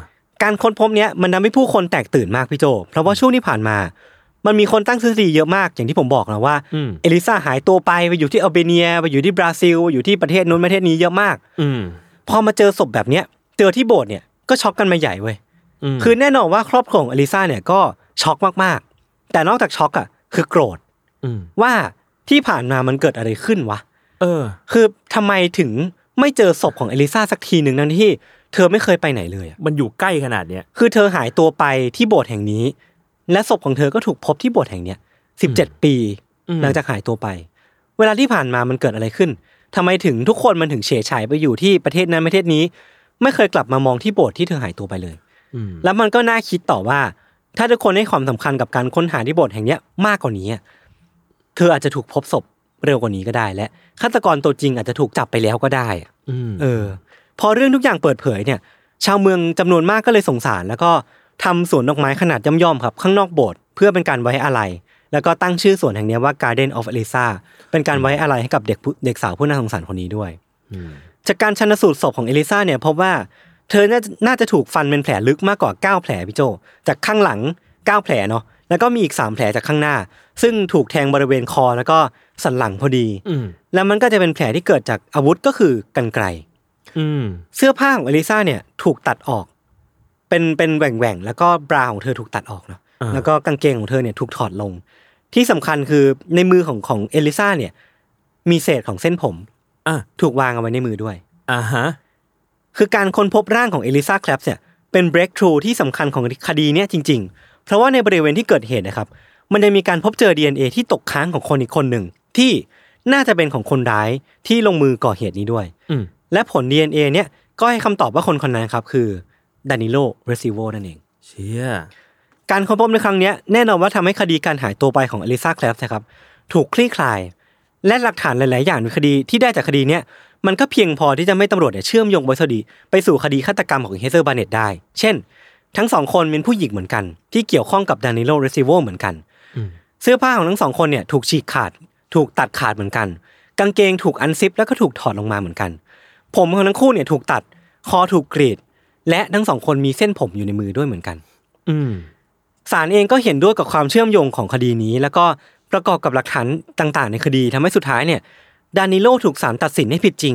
S2: การค้นพบเนี้ยมันทำให้ผู้คนแตกตื่นมากพี่โจ เพราะว่าช่วงที่ผ่านมา มันมีคนตั้งทฤษฎีเยอะมากอย่างที่ผมบอกนะว่า
S4: อืม
S2: เอลิซาหายตัวไปไปอยู่ที่อัลเบเนียไปอยู่ที่บราซิลไปอยู่ที่ประเทศนู้นประเทศนี้เยอะมาก
S4: อืม
S2: พอมาเจอศพแบบเนี้ยเจอที่โบสถ์เนี่ยก็ช็อกกันมาใหญ่เว้ย
S4: อืม
S2: คือแน่นอนว่าครอบครัวของอลิซาเนี่ยก็ช็อกมากๆ แต่นอกจากช็อกอ่ะคือโกรธ
S4: อืม
S2: ว่าที่ผ่านมามันเกิดอะไรขึ้นวะ
S4: เออ
S2: คือทำไมถึง ไม่เจอศพของเอลิซาสักทีหนึ่งนั่นที่ เธอไม่เคยไปไหนเลยอะ
S4: มันอยู่ใกล้ขนาดเนี้ย
S2: คือเธอหายตัวไปที่โบสถ์แห่งนี้ และศพของเธอก็ถูกพบที่โบสถ์แห่งเนี้ยสิบเจ็ดปี
S4: อืม
S2: หลังจากหายตัวไป เวลาที่ผ่านมามันเกิดอะไรขึ้นทำไมถึงทุกคนมันถึงเฉยฉายไปอยู่ที่ประเทศนั้นประเทศนี้ ไม่เคยกลับมามองที่โบสถ์ที่เธอหายตัวไปเลย
S4: อืม
S2: แล้วมันก็น่าคิดต่อว่า ถ้าทุกคนให้ความสำคัญกับการค้นหาที่โบสถ์แห่งเนี้ยมากกว่านี้อะเธออาจจะถูกพบศพเร็วกว่านี้ก็ได้ และฆาตกรตัวจริงอาจจะถูกจับไปแล้วก็ได้อะ
S4: อืม
S2: เออ พอเรื่องทุกอย่างเปิดเผยเนี่ย ชาวเมืองจำนวนมากก็เลยสงสาร แล้วก็ทำสวนดอกไม้ขนาดย่อมๆครับ ข้างนอกโบสถ์เพื่อเป็นการไว้อะไร แล้วก็ตั้งชื่อสวนแห่งเนี้ยว่า Garden of Elisa เป็นการไว้อะไรให้กับเด็กผู้เด็กสาวผู้น่าสงสารคนนี้ด้วย
S4: อืม
S2: จากการชันสูตรศพของเอลิซาเนี่ยพบว่าเธอน่าจะน่าจะถูกฟันเป็นแผลลึกมากกว่า 9 แผลพี่โจ จากข้างหลัง 9 แผลเนาะแล้วก็มีอีก 3 แผลจากข้างหน้า ซึ่งถูกแทงบริเวณคอแล้วก็สันหลังพอดี
S4: อืม
S2: แล้วมันก็จะเป็นแผลที่เกิดจากอาวุธก็คือกันไกร
S4: อืม
S2: เสื้อผ้าของเอลิซาเนี่ยถูกตัดออก เป็นเป็นแหว่งแหว่งๆแล้วก็บราของเธอถูกตัดออกเนาะ
S4: อ่า
S2: แล้วก็กางเกงของเธอเนี่ยถูกถอดลง ที่สำคัญคือในมือของของเอลิซาเนี่ยมีเศษของเส้นผม
S4: อ่ะ
S2: ถูกวางเอาไว้ในมือด้วย
S4: อ่าฮะ
S2: คือการค้นพบร่างของเอลิซาแคลปส์เนี่ยเป็น breakthrough ที่สำคัญของคดีเนี่ยจริง ๆ เพราะว่าในบริเวณที่เกิดเหตุนะครับ มันยังมีการพบเจอ DNA ที่ตกค้างของคนอีกคนหนึ่ง ที่น่าจะเป็นของคนร้ายที่ลงมือก่อเหตุนี้ด้วย
S4: อืม
S2: และผล DNA เนี่ยก็ให้คำตอบว่าคนคนนั้นครับคือดานิโลเรซิโวนั่นเอง
S4: เชี่ย
S2: การค้นพบในครั้งเนี้ยแน่นอนว่าทำให้คดีการหายตัวไปของอลิซาแคลฟส์นะครับถูกคลี่คลาย และหลักฐานหลาย ๆ อย่างในคดีที่ได้จากคดีเนี้ยมันก็เพียงพอที่จะไม่ตำรวจเนี่ยเชื่อมโยงไปสู่ดีไปสู่คดีฆาตกรรมของเฮเซอร์บาเนตได้ เช่น ทั้งสองคนเป็นผู้หญิงเหมือนกัน ที่เกี่ยวข้องกับดานิโลเรซิโวเหมือนกัน เสื้อผ้าของทั้งสองคนเนี่ยถูกฉีกขาด ถูกตัดขาดเหมือนกัน กางเกงถูกอันซิปแล้วก็ถูกถอดลงมาเหมือนกัน ผมของทั้งคู่เนี่ยถูกตัดคอถูกกรีด และทั้งสองคนมีเส้นผมอยู่ในมือด้วยเหมือนกัน
S4: อืม
S2: ศาลเองก็เห็นด้วยกับความเชื่อมโยงของคดีนี้ แล้วก็ประกอบกับหลักฐานต่างๆ ในคดีทำให้สุดท้ายเนี่ยดานิโลถูกศาลตัดสินให้ผิดจริง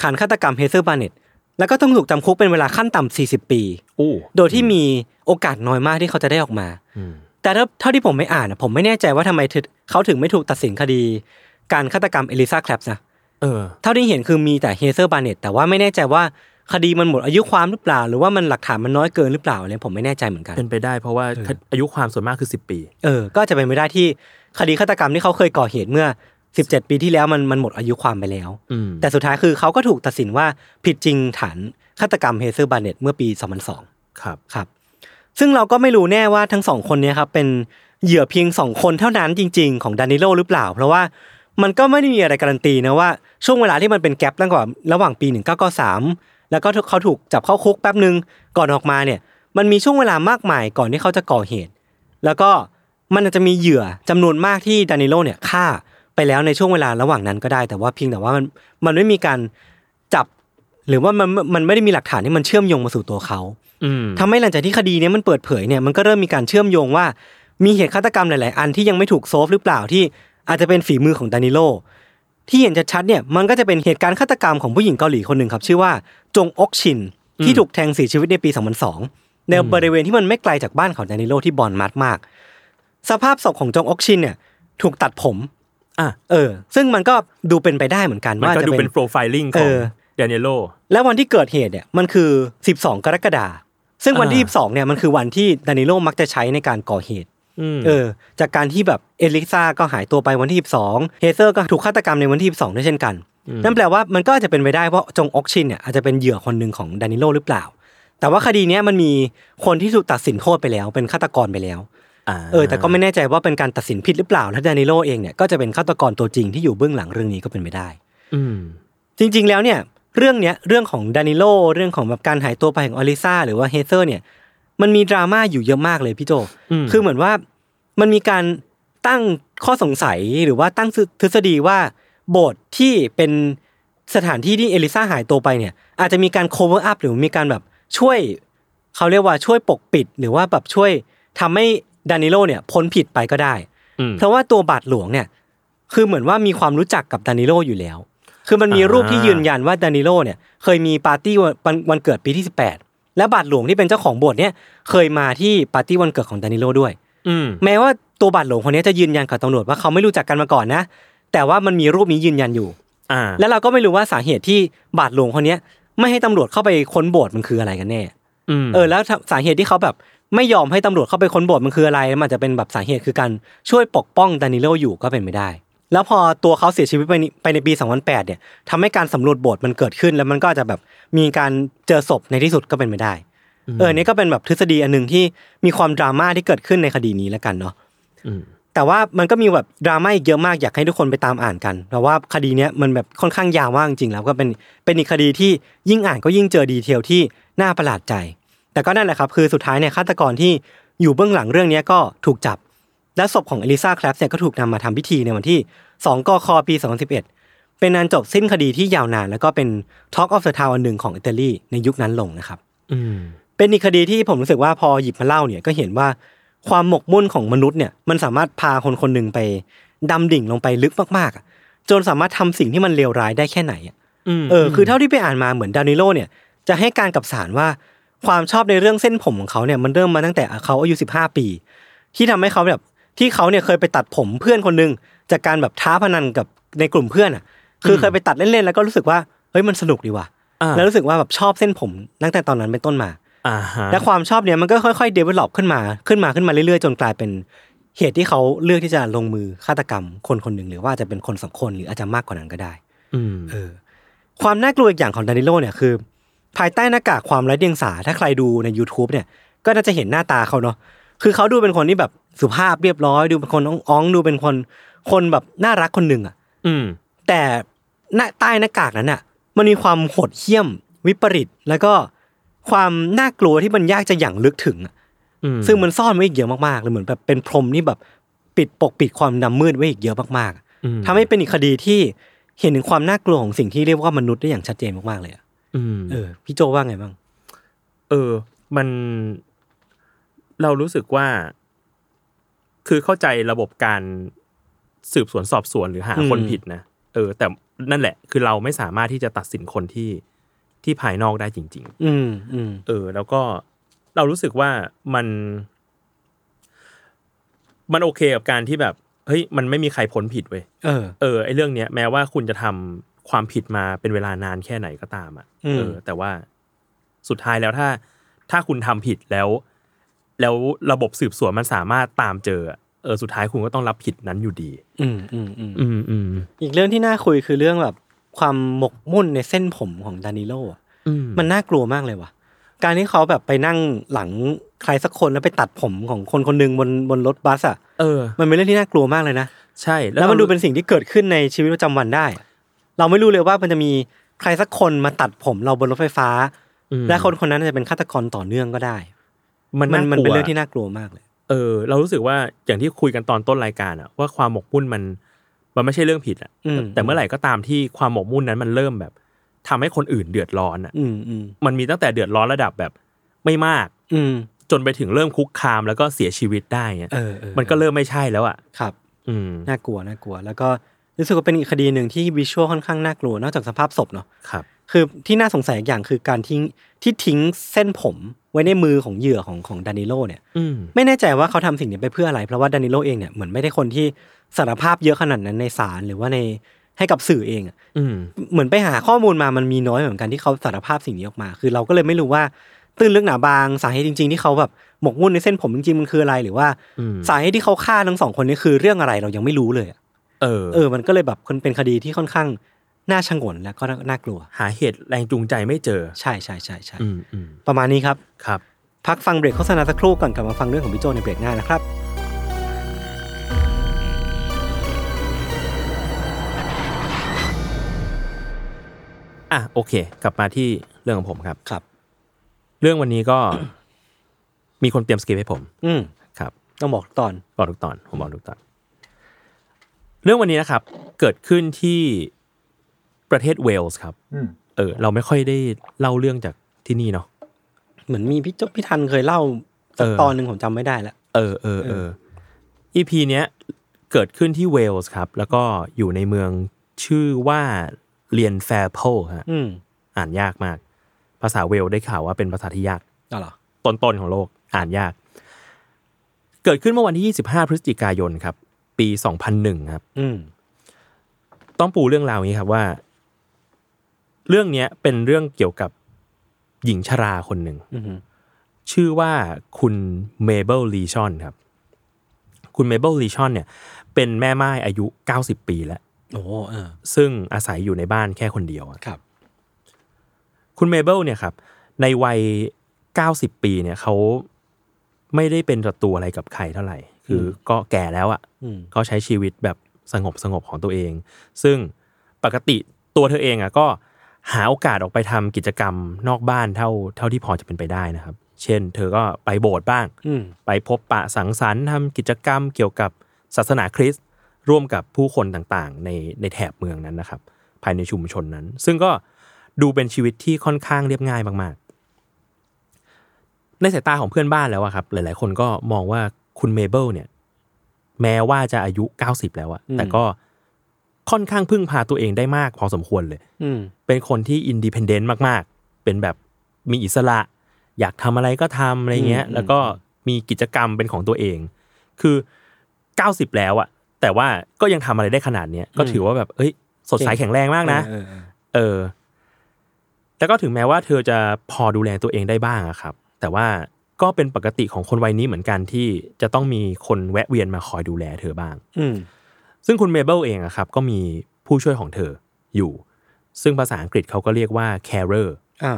S2: ฐานฆาตกรรมเฮเซอร์บาเนตแล้วก็ต้องถูกจำคุกเป็นเวลาขั้นต่ำ40 ปี
S4: โอ้
S2: โดยที่มีโอกาสน้อยมากที่เขาจะได้ออกมา
S4: อืม
S2: แต่ถ้าเท่าที่ผมไม่อ่านอะผมไม่แน่ใจว่าทำไมถึงเขาถึงไม่ถูกตัดสินคดี การฆาตกรรมเอลิซาแคลปส์นะ
S4: เออ
S2: เท่าที่เห็นคือมีแต่เฮเซอร์บาเนตแต่ว่าไม่แน่ใจว่าคดีมันหมดอายุความหรือเปล่า หรือว่ามันหลักฐานมันน้อยเกินหรือเปล่าเนี่ยผมไม่แน่ใจเหมือนกัน
S4: เป็นไปได้เพราะว่า
S2: เออ
S4: อายุความส่วนมากคือสิบปี
S2: เออ ก็จะเป็นไม่ได้ที่คดีฆาตกรรมที่เขาเคยก่อเหตุเมื่อ 17 ปีที่แล้วมันมันหมดอายุความไปแล้ว
S4: อืม
S2: แต่สุดท้ายคือเขาก็ถูกตัดสินว่าผิดจริงฐานฆาตกรรมเฮเซอร์บาเนตเมื่อปี 2002
S4: ครับ
S2: ครับ ซึ่งเราก็ไม่รู้แน่ว่าทั้งสองคนเนี้ครับเป็นเหยื่อเพียงสองคนเท่านั้นจริง ๆ ของดานิโลหรือเปล่า เพราะว่ามันก็ไม่ได้มีอะไรการันตีนะว่าช่วงเวลาที่มันเป็นแกลบตั้งแต่ระหว่างปี 1993 แล้วก็เขาถูกจับเข้าคุกแป๊บหนึ่งก่อนออกมาเนี่ย มันมีช่วงเวลามากมายก่อนที่เขาจะก่อเหตุ แล้วก็มันอาจจะมีเหยื่อจำนวนมากที่ดานิโลเนี่ยฆ่าไปแล้วในช่วงเวลาระหว่างนั้นก็ได้ แต่ว่าเพียงแต่ว่ามันมันไม่มีการจับ หรือว่ามันมันไม่ได้มีหลักฐานที่มันเชื่อมโยงมาสู่ตัวเขา
S4: อืม
S2: ทำให้หลังจากที่คดีเนี้ยมันเปิดเผยเนี่ยมันก็เริ่มมีการเชื่อมโยงว่า มีเหตุฆาตกรรมหลาย ๆ อันที่ยังไม่ถูกโซฟหรือเปล่าที่อาจจะเป็นฝีมือของดานิโล ที่เห็นชัดๆเนี่ยมันก็จะเป็นเหตุการณ์ฆาตกรรมของผู้หญิงเกาหลีคนหนึ่งครับ ชื่อว่าจงอกชิน ที่ถูกแทงเสียชีวิตในปี 2002 ในบริเวณที่มันไม่ไกลจากบ้านของดานิโลที่บอนมัดมาก สภาพศพของจงอกชินเนี่ยถูกตัดผม
S4: อ่ะ
S2: เออ ซึ่งมันก็ดูเป็นไปได้เหมือนกัน
S4: มัน
S2: ว่า
S4: ก็
S2: จะ
S4: ดู
S2: เป็
S4: เป็น นโปรไฟลิงข
S2: เอ
S4: อง
S2: อ
S4: เดนเนโล
S2: แล้ววันที่เกิดเหตุเนี่ยมันคือ 12 กรกฎาคมซึ่งวันที่
S4: อ่า
S2: 12 เนี่ยมันคือวันที่ดานิโลมักจะใช้ในการก่อเหตุ
S4: อืม
S2: เออ จากการที่แบบเอลิซาก็หายตัวไปวันที่ 12 เฮเซอร์ก็ถูกฆาตกรรมในวันที่ 12 ด้วยเช่นกัน นั่นแปลว่ามันก็อาจจะเป็นไปได้ว่าจงออกชินเนี่ยอาจจะเป็นเหยื่อคนหนึ่งของดานิโลหรือเปล่า แต่ว่าคดีเนี้ยมันมีคนที่ถูกตัดสินโทษไปแล้ว เป็นฆาตกรไปแล้ว
S4: า
S2: เออ แต่ก็ไม่แน่ใจว่าเป็นการตัดสินผิดหรือเปล่า และดานิโลเองเนี่ยก็จะเป็นฆาตกรตัวจริงที่อยู่เบื้องหลังเรื่องนี้ก็เป็นไปได้
S4: อืม
S2: จริงๆ แล้วเนี่ยเรื่องเนี้ยเรื่องของดานิโลเรื่องของแบบการหายตัวไปของอลิซาหรือว่าเฮเซอร์เนี่ยมันมีดราม่าอยู่เยอะมากเลยพี่โจ คือเหมือนว่ามันมีการตั้งข้อสงสัยหรือว่าตั้งทฤษฎีว่าโบสถ์ที่เป็นสถานที่ที่เอลิซาหายตัวไปเนี่ยอาจจะมีการ cover up หรือมีการแบบช่วยเขาเรียกว่าช่วยปกปิด หรือว่าแบบช่วยทำให้ดานิโลเนี่ยพ้นผิดไปก็ได้
S4: อืม
S2: เพราะว่าตัวบาทหลวงเนี่ยคือเหมือนว่ามีความรู้จักกับดานิโลอยู่แล้ว คือมันมี
S4: อ่า
S2: รูปที่ยืนยันว่าดานิโลเนี่ยเคยมีปาร์ตี้วันวันเกิดปีที่ 18 และบาทหลวงที่เป็นเจ้าของโบสถ์เนี่ยเคยมาที่ปาร์ตี้วันเกิดของดานิโลด้วย
S4: อืม
S2: แม้ว่าตัวบาทหลวงคนเนี้ยจะยืนยันกับตำรวจว่าเขาไม่รู้จักกันมาก่อนนะ แต่ว่ามันมีรูปนี้ยืนยันอยู่
S4: อ่า
S2: แล้วเราก็ไม่รู้ว่าสาเหตุที่บาทหลวงคนเนี้ยไม่ให้ตำรวจเข้าไปค้นโบสถ์มันคืออะไรกันแน่
S4: ม
S2: เออแล้วถ้าสาเหตุที่เขาแบบไม่ยอมให้ตำรวจเข้าไปค้นโบสถ์มันคืออะไรมันอาจจะเป็นแบบสาเหตุคือการช่วยปกป้องดานิโลอยู่ก็เป็นไม่ได้ แล้วพอตัวเขาเสียชีวิตไปนี่ไปในปี 2008 เนี่ยทำให้การสำรวจโบสถ์มันเกิดขึ้น แล้วมันก็อาจจะแบบมีการเจอศพในที่สุดก็เป็นไม่ได้ เออเนี่ยก็เป็นแบบทฤษฎีอันหนึ่งที่มีความดราม่าที่เกิดขึ้นในคดีนี้แล้วกันเนาะ
S4: อืม
S2: แต่ว่ามันก็มีแบบดราม่าอีกเยอะมากอยากให้ทุกคนไปตามอ่านกันเพราะว่าคดีเนี้ยมันแบบค่อนข้างยาวมากจริงๆแล้วก็เป็นเป็นอีกคดีที่ยิ่งอ่านก็ยิ่งเจอดีเทลที่น่าประหลาดใจ แต่ก็นั่นแหละครับคือสุดท้ายเนี่ยฆาตกรที่อยู่เบื้องหลังเรื่องเนี้ยก็ถูกจับ และศพของเอลิซาแคลปเนี่ยก็ถูกนำมาทำพิธีในวันที่ 2 กค ปี 2011 เป็นการจบสิ้นคดีที่ยาวนาน แล้วก็เป็น Talk of the Town อันหนึ่งของอิตาลีในยุคนั้นลงนะครับ
S4: อืม
S2: เป็นอีกคดีที่ผมรู้สึกว่าพอหยิบมาเล่าเนี่ยก็เห็นว่าความหมกมุ่นของมนุษย์เนี่ยมันสามารถพาคนคนหนึ่งไปดำดิ่งลงไปลึกมากๆอะจนสามารถทำสิ่งที่มันเลวร้ายได้แค่ไหนอะ เออคือเท่าที่ไปอ่านมาเหมือนดานิโลเนี่ยจะให้การกับศาลว่าความชอบในเรื่องเส้นผมของเขาเนี่ยมันเริ่มมาตั้งแต่เขาอายุ15 ปี ที่ทำให้เขาแบบที่เขาเนี่ยเคยไปตัดผมเพื่อนคนหนึงจากการแบบท้าพนันกับในกลุ่มเพื่อนอ่ะ คือเคยไปตัดเล่นๆแล้วก็รู้สึกว่าเฮ้ยมันสนุกดีว่ะ
S4: อ่า
S2: แล้วรู้สึกว่าแบบชอบเส้นผมตั้งแต่ตอนนั้นเป็นต้นมา
S4: อ่าฮะ
S2: และความชอบเนี่ยมันก็ค่อยๆ develop ขึ้นมาขึ้นมาขึ้นมาเรื่อยๆ จนกลายเป็นเหตุที่เขาเลือกที่จะลงมือฆาตกรรมคนคนหนึ่งหรือว่าอาจจะเป็นคนสองคนหรืออาจจะมากกว่านั้นก็ได้
S4: อืม
S2: เออความน่ากลัวอีกอย่างของดานิโลเนี่ยคือ ภายใต้หน้ากากความไร้เดียงสา ถ้าใครดูใน YouTube เนี่ยก็น่าจะเห็นหน้าตาเขาเนาะคือเขาดูเป็นคนที่แบบสุภาพเรียบร้อย ดูเป็นคนอ่องๆดูเป็นคนคนแบบน่ารักคนหนึ่งอะ
S4: อืม
S2: แต่หน้าใต้หน้ากากนั้นอะมันมีความโหดเหี้ยม วิปริต แล้วก็ความน่ากลัวที่มันยากจะหยั่งลึกถึงอะ
S4: อืม
S2: ซึ่งมันซ่อนไว้อีกเยอะมากๆเลยเหมือนแบบเป็นพรมที่แบบปิดปกปิดความดำมืดไว้อีกเยอะมากๆ
S4: อืม
S2: ทำให้เป็นอีกคดีที่เห็นถึงความน่ากลัวของสิ่งที่เรียกว่ามนุษย์ได้อย่างชัดเจนมากๆเลยอะ
S4: อืม
S2: เออพี่โจว่าไงบ้าง
S4: เออ มันเรารู้สึกว่า คือเข้าใจระบบการสืบสวนสอบสวนหรือหา
S2: อืม
S4: คนผิดนะ เออ แต่นั่นแหละ คือเราไม่สามารถที่จะตัดสินคนที่ที่ภายนอกได้จริง
S2: อืมอืม
S4: ๆ เออ แล้วก็เรารู้สึกว่ามัน มันโอเคกับการที่แบบ เฮ้ย มันไม่มีใครพ้นผิดเว้ย
S2: เออ
S4: เออไอเรื่องเนี้ยแม้ว่าคุณจะทำความผิดมาเป็นเวลานานแค่ไหนก็ตามอ่ะ
S2: อืม
S4: เออ แต่ว่าสุดท้ายแล้วถ้า ถ้าคุณทำผิดแล้ว แล้วระบบสืบสวนมันสามารถตามเจออะเออสุดท้ายคุณก็ต้องรับผิดนั้นอยู่ดี
S2: อืมอืมอืม
S4: อืมอืม
S2: อีกเรื่องที่น่าคุยคือเรื่องแบบความหมกมุ่นในเส้นผมของดานิโลอะ
S4: อืม
S2: มันน่ากลัวมากเลยว่ะ การที่เขาแบบไปนั่งหลังใครสักคนแล้วไปตัดผมของคนคนหนึ่งบนบนรถบัสอ่ะ
S4: เออ
S2: มันเป็นเรื่องที่น่ากลัวมากเลยนะ
S4: ใช่
S2: แล้วมันดูเป็นสิ่งที่เกิดขึ้นในชีวิตประจำวันได้ เราไม่รู้เลยว่ามันจะมีใครสักคนมาตัดผมเราบนรถไฟฟ้า
S4: อืม
S2: และคนคนนั้นอาจจะเป็นฆาตกรต่อเนื่องก็ได้
S4: มัน
S2: มัน
S4: ากลัว
S2: มันเป็นเรื่องที่น่ากลัวมากเลย
S4: เออเรารู้สึกว่าอย่างที่คุยกันตอนต้นรายการอะว่าความหมกมุ่นมันมันไม่ใช่เรื่องผิดอะ
S2: อืม
S4: แต่เมื่อไหร่ก็ตามที่ความหมกมุ่นนั้นมันเริ่มแบบทำให้คนอื่นเดือดร้อนอะ
S2: อืมอืม
S4: มันมีตั้งแต่เดือดร้อนระดับแบบ ไม่มาก
S2: อืม
S4: จนไปถึงเริ่มคุกคามแล้วก็เสียชีวิตได้เงี้ย
S2: เออออ
S4: มันก็เริ่มไม่ใช่แล้วอะ
S2: ครับ
S4: อืม
S2: น่ากลัวน่ากลัว แล้วก็รู้สึกว่าเป็นอีกคดีหนึ่งที่วิชวลค่อนข้างน่ากลัวนอกจากสภาพศพเนาะ
S4: ครับ
S2: คือที่น่าสงสัยอีกอย่างคือการทิ้งที่ทิ้งเส้นผมไว้ในมือของเหยื่อของของดานิโลเนี่ย
S4: อืม
S2: ไม่แน่ใจว่าเขาทำสิ่งนี้ไปเพื่ออะไร เพราะว่าดานิโลเองเนี่ยเหมือนไม่ได้คนที่สารภาพเยอะขนาดนั้นในศาลหรือว่าในให้กับสื่อเองอะ
S4: อืม
S2: เหมือนไปหาข้อมูลมามันมีน้อยเหมือนกันที่เขาสารภาพสิ่งนี้ออกมา คือเราก็เลยไม่รู้ว่าตื้นลึกหนาบางสาเหตุจริง ๆ ที่เขาแบบหมกมุ่นในเส้นผมจริงๆมันคืออะไร หรือว่า
S4: อืม
S2: สาเหตุที่เขาฆ่าทั้งสองคนนี้คือเรื่องอะไรเรายังไม่รู้เลยอะ
S4: เออ
S2: เออมันก็เลยแบบมันเป็นคดีที่ค่อนข้างน่าชงนและก็น่ากลัว
S4: หาเหตุแรงจูงใจไม่เจอ
S2: ใช่ใช่ใช่ใช่
S4: อืมอืม
S2: ประมาณนี้ครับ
S4: ครับ
S2: พักฟังเบรกโฆษณาสักครู่ก่อนกลับมาฟังเรื่องของพี่โจในเบรกหน้านะครับ
S4: อ่ะโอเค กลับมาที่เรื่องของผมครับ
S2: ครับ
S4: เรื่องวันนี้ก็ มีคนเตรียมสคริปต์ให้ผม
S2: อืม
S4: ครับ
S2: ต้องบอกตอน
S4: บอกทุกตอนผมบอกทุกตอน เรื่องวันนี้นะครับ เกิดขึ้นที่ประเทศเวลส์ครับเออ เราไม่ค่อยได้เล่าเรื่องจากที่นี่เนาะ
S2: เหมือนมีพี่โจพี่ทันเคยเล่าสัก
S4: เออ
S2: ตอนหนึ่งผมจำไม่ได้ละ
S4: เออเออเอออีพีเนี้ยเกิดขึ้นที่เวลส์ครับ แล้วก็อยู่ในเมืองชื่อว่าเรียนแฟร์เพลฮะ
S2: อืม
S4: อ่านยากมาก ภาษาเวลส์ได้ข่าวว่าเป็นภาษาที่ยาก
S2: เอาเหรอ
S4: ต้นๆของโลกอ่านยาก เกิดขึ้นเมื่อวันที่ 25 พฤศจิกายนครับ ปี 2001ครับ
S2: อืม
S4: ต้องปูเรื่องราวอย่างนี้ครับว่า เรื่องเนี้ยเป็นเรื่องเกี่ยวกับหญิงชราคนหนึ่ง
S2: อือหือ
S4: ชื่อว่าคุณเมเบิลลีชอนครับ คุณเมเบิลลีชอนเนี่ย เป็นแม่ไม้อายุ 90 ปีแล้ว
S2: โอ้เออ
S4: ซึ่งอาศัยอยู่ในบ้านแค่คนเดียวอะ
S2: ครับ
S4: คุณเมเบิลเนี่ยครับ ในวัย 90 ปีเนี่ยเขาไม่ได้เป็นศัตรูอะไรกับใครเท่าไหร่ คืออก็แก่แล้วอ่ะ
S2: อืม
S4: ก็ใช้ชีวิตแบบสงบสงบๆของตัวเอง ซึ่งปกติตัวเธอเองอ่ะก็หาโอกาสออกไปทำกิจกรรมนอกบ้านเท่าเท่าที่พอจะเป็นไปได้นะครับ เช่น เธอก็ไปโบสถ์บ้าง
S2: อืม
S4: ไปพบปะสังสรรค์ทำกิจกรรมเกี่ยวกับศาสนาคริสต์ร่วมกับผู้คนต่างๆ ในในแถบเมืองนั้นนะครับ ภายในชุมชนนั้น ซึ่งก็ดูเป็นชีวิตที่ค่อนข้างเรียบง่ายมากๆ ในสายตาของเพื่อนบ้านแล้วอะครับ หลายๆ คนก็มองว่าคุณเมเบิลเนี่ย แม้ว่าจะอายุ 90 แล้วอะแต่ก็ค่อนข้างพึ่งพาตัวเองได้มากพอสมควรเลย
S2: อืม
S4: เป็นคนที่อินดี e พ d เดนต์มาก ๆ เป็นแบบมีอิสระ อยากทำอะไรก็ทำอะไรเงี้ย แล้วก็มีกิจกรรมเป็นของตัวเอง คือ 90 แล้วอะแต่ว่าก็ยังทำอะไรได้ขนาดเนี้ยก็ถือว่าแบบเอ้ย สดใสแข็งแรงมากนะ
S2: เออเออ
S4: เออ แต่ก็ถึงแม้ว่าเธอจะพอดูแลตัวเองได้บ้างอะครับ แต่ว่าก็เป็นปกติของคนวัยนี้เหมือนกันที่จะต้องมีคนแวะเวียนมาคอยดูแลเธอบ้าง
S2: อืม
S4: ซึ่งคุณเมเบิลเองอะครับก็มีผู้ช่วยของเธออยู่ ซึ่งภาษาอังกฤษเขาก็เรียกว่า carer
S2: อ่า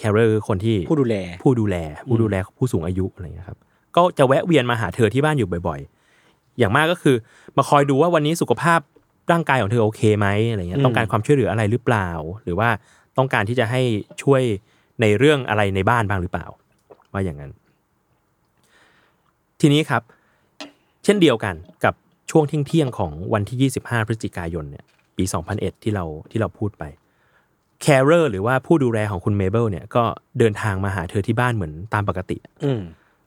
S4: carer คือคนที่
S2: ผู้ดูแล
S4: ผู้ดูแล ผู้ดูแลผู้สูงอายุอะไรอย่างเงี้ยครับ ก็จะแวะเวียนมาหาเธอที่บ้านอยู่บ่อยๆ อย่างมากก็คือมาคอยดูว่าวันนี้สุขภาพร่างกายของเธอโอเคไหมอะไรเงี้ย
S2: อืม
S4: ต้องการความช่วยเหลืออะไรหรือเปล่า หรือว่าต้องการที่จะให้ช่วยในเรื่องอะไรในบ้านบ้างหรือเปล่า ว่าอย่างนั้น ทีนี้ครับ เช่นเดียวกันกับช่วงเที่ยงๆของวันที่ 25 พฤศจิกายนเนี่ย ปี 2001 ที่เราที่เราพูดไป แคเรอร์หรือว่าผู้ดูแลของคุณเมเบิลเนี่ยก็เดินทางมาหาเธอที่บ้านเหมือนตามปกติ
S2: อืม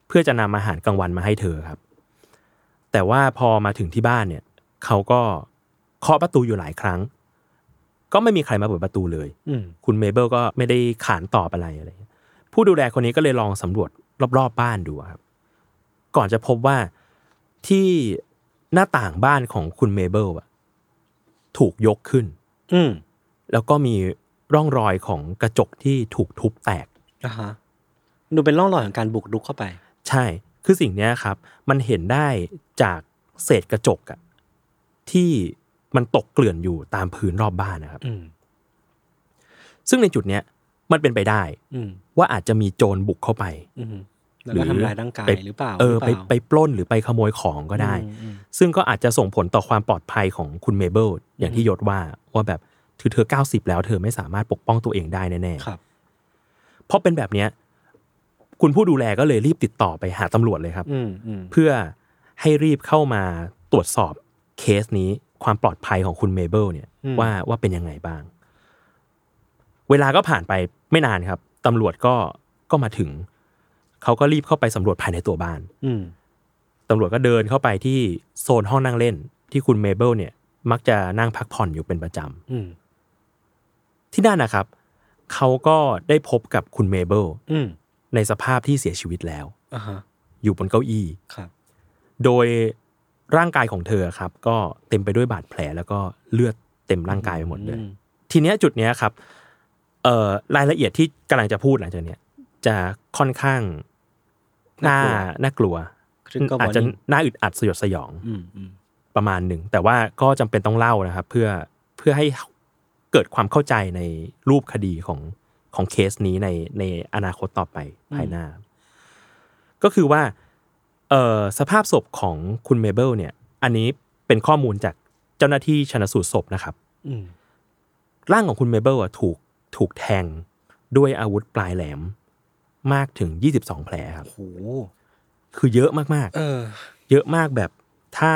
S4: เพื่อจะนำอาหารกลางวันมาให้เธอครับ แต่ว่าพอมาถึงที่บ้านเนี่ย เขาก็เคาะประตูอยู่หลายครั้ง ก็ไม่มีใครมาเปิดประตูเลย
S2: อืม
S4: คุณเมเบิลก็ไม่ได้ขานตอบอะไรอะไรเงี้ยผู้ดูแลคนนี้ก็เลยลองสำรวจรอบๆบบ้านดูอะครับ ก่อนจะพบว่าที่หน้าต่างบ้านของคุณเมเบิลอะถูกยกขึ้น
S2: อืม
S4: แล้วก็มีร่องรอยของกระจกที่ถูกทุบแตก
S2: อ่าฮะดูเป็นร่องรอยของการบุกรุกเข้าไป
S4: ใช่ คือสิ่งเนี้ยครับ มันเห็นได้จากเศษกระจกอะที่มันตกเกลื่อนอยู่ตามพื้นรอบบ้านนะครับ
S2: อืม
S4: ซึ่งในจุดเนี้ยมันเป็นไปได้
S2: อืม
S4: ว่าอาจจะมีโจรบุกเข้าไป
S2: อืมแล้วก็ทำลายร่างกาย
S4: ไป
S2: หรือเปล่า
S4: เออ
S2: หรื
S4: ไป
S2: ล่า
S4: ไปปล้นหรือไปขโมยของก็ได้
S2: อืมอืม
S4: ซึ่งก็อาจจะส่งผลต่อความปลอดภัยของคุณเมเบิลอย่างที่ยศว่าว่าแบบถือเธอ 90 แล้วเธอไม่สามารถปกป้องตัวเองได้แน่ๆ
S2: ครับ
S4: เพราะเป็นแบบเนี้ยคุณผู้ดูแลก็เลยรีบติดต่อไปหาตำรวจเลยครับ
S2: อืมอืม
S4: เพื่อให้รีบเข้ามาตรวจสอบเคสนี้ความปลอดภัยของคุณเมเบิลเนี่ยว่าว่าเป็นยังไงบ้าง เวลาก็ผ่านไปไม่นานครับตำรวจก็ก็มาถึง เขาก็รีบเข้าไปสำรวจภายในตัวบ้าน
S2: อืม
S4: ตำรวจก็เดินเข้าไปที่โซนห้องนั่งเล่น ที่คุณเมเบิลเนี่ย มักจะนั่งพักผ่อนอยู่เป็นประจ
S2: อืม
S4: ำที่นั่นนะครับ เขาก็ได้พบกับคุณเมเบิล
S2: อืม
S4: ในสภาพที่เสียชีวิตแล้ว
S2: อ่าฮะ
S4: อยู่บนเก้าอี้
S2: ครับ
S4: โดยร่างกายของเธอครับ ก็เต็มไปด้วยบาดแผลแล้วก็เลือดเต็มร่างกายไปหมดเลย
S2: อืม
S4: ทีเนี้ยจุดเนี้ยครับเอ่อรายละเอียดที่กำลังจะพูดหลังจากเนี้ยจะค่อนข้างน่าน่ากลัว
S2: ซึ่งก็
S4: อาจ
S2: วัน
S4: จะ
S2: นี้
S4: น่าอึดอัดสยดสยอง
S2: อืมอืม
S4: ประมาณหนึ่ง แต่ว่าก็จำเป็นต้องเล่านะครับ เพื่อเพื่อให้เกิดความเข้าใจในรูปคดีของของเคสนี้ในในอนาคตต่อไปภายหน้า ก็คือว่าเอ่อสภาพศพของคุณเมเบิลเนี่ย อันนี้เป็นข้อมูลจากเจ้าหน้าที่ชนสูตรศพนะครับ
S2: อืม
S4: ร่างของคุณเมเบิลอะถูกถูกแทงด้วยอาวุธปลายแหลมมากถึง 22 แผลครับ
S2: โห
S4: คือเยอะมากๆ
S2: เออ
S4: เยอะมากแบบถ้า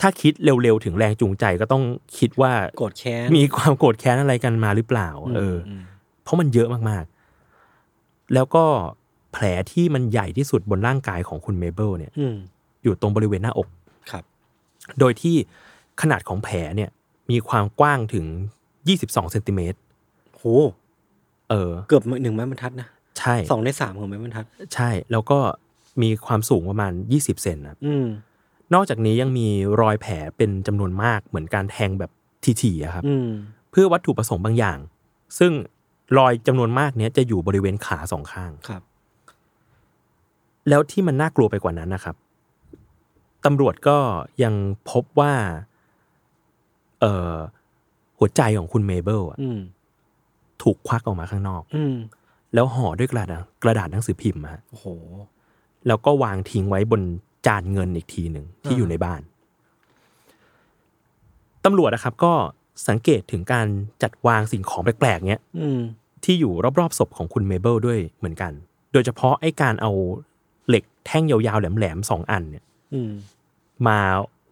S4: ถ้าคิดเร็วๆ ถึงแรงจูงใจก็ต้องคิดว่า
S2: โกรธแค้น
S4: มีความโกรธแค้นอะไรกันมาหรือเปล่า
S2: ม
S4: เอออ
S2: ม
S4: เพราะมันเยอะมากๆ แล้วก็แผลที่มันใหญ่ที่สุดบนร่างกายของคุณเมเบิลเนี่ย
S2: อืม
S4: อยู่ตรงบริเวณหน้าอก
S2: ครับ
S4: โดยที่ขนาดของแผลเนี่ย มีความกว้างถึง 22เซนติเมตร
S2: โห
S4: เออ
S2: เกือบหนึ่งไม้บรรทัดนะ
S4: ใช่
S2: สองในสามของไม้บรรทัด
S4: ใช่ แล้วก็มีความสูงประมาณ 20เซนนะ
S2: อืม
S4: นอกจากนี้ยังมีรอยแผลเป็นจำนวนมากเหมือนการแทงแบบถี่ๆอะครับ
S2: อืม
S4: เพื่อวัตถุประสงค์บางอย่าง ซึ่งรอยจำนวนมากเนี้ยจะอยู่บริเวณขาสองข้าง
S2: ครับ
S4: แล้วที่มันน่ากลัวไปกว่านั้นนะครับตำรวจก็ยังพบว่า เอ่อหัวใจของคุณเมเบิลอะ
S2: อืม
S4: ถูกควักออกมาข้างนอก
S2: อืม
S4: แล้วห่อด้วยกระดาษกระดาษหนังสือพิมพ์อะฮะ
S2: โอ้โห
S4: แล้วก็วางทิ้งไว้บนจานเงินอีกทีหนึ่งที่
S2: อ่า
S4: อยู่ในบ้านตำรวจนะครับ ก็สังเกตถึงการจัดวางสิ่งของแปลกๆเนี้ย
S2: อืม
S4: ที่อยู่รอบๆศพของคุณเมเบิลด้วยเหมือนกัน โดยเฉพาะไอ้การเอาเหล็กแท่งยาวๆแหลมๆสองอันเนี่ย
S2: อืม
S4: มา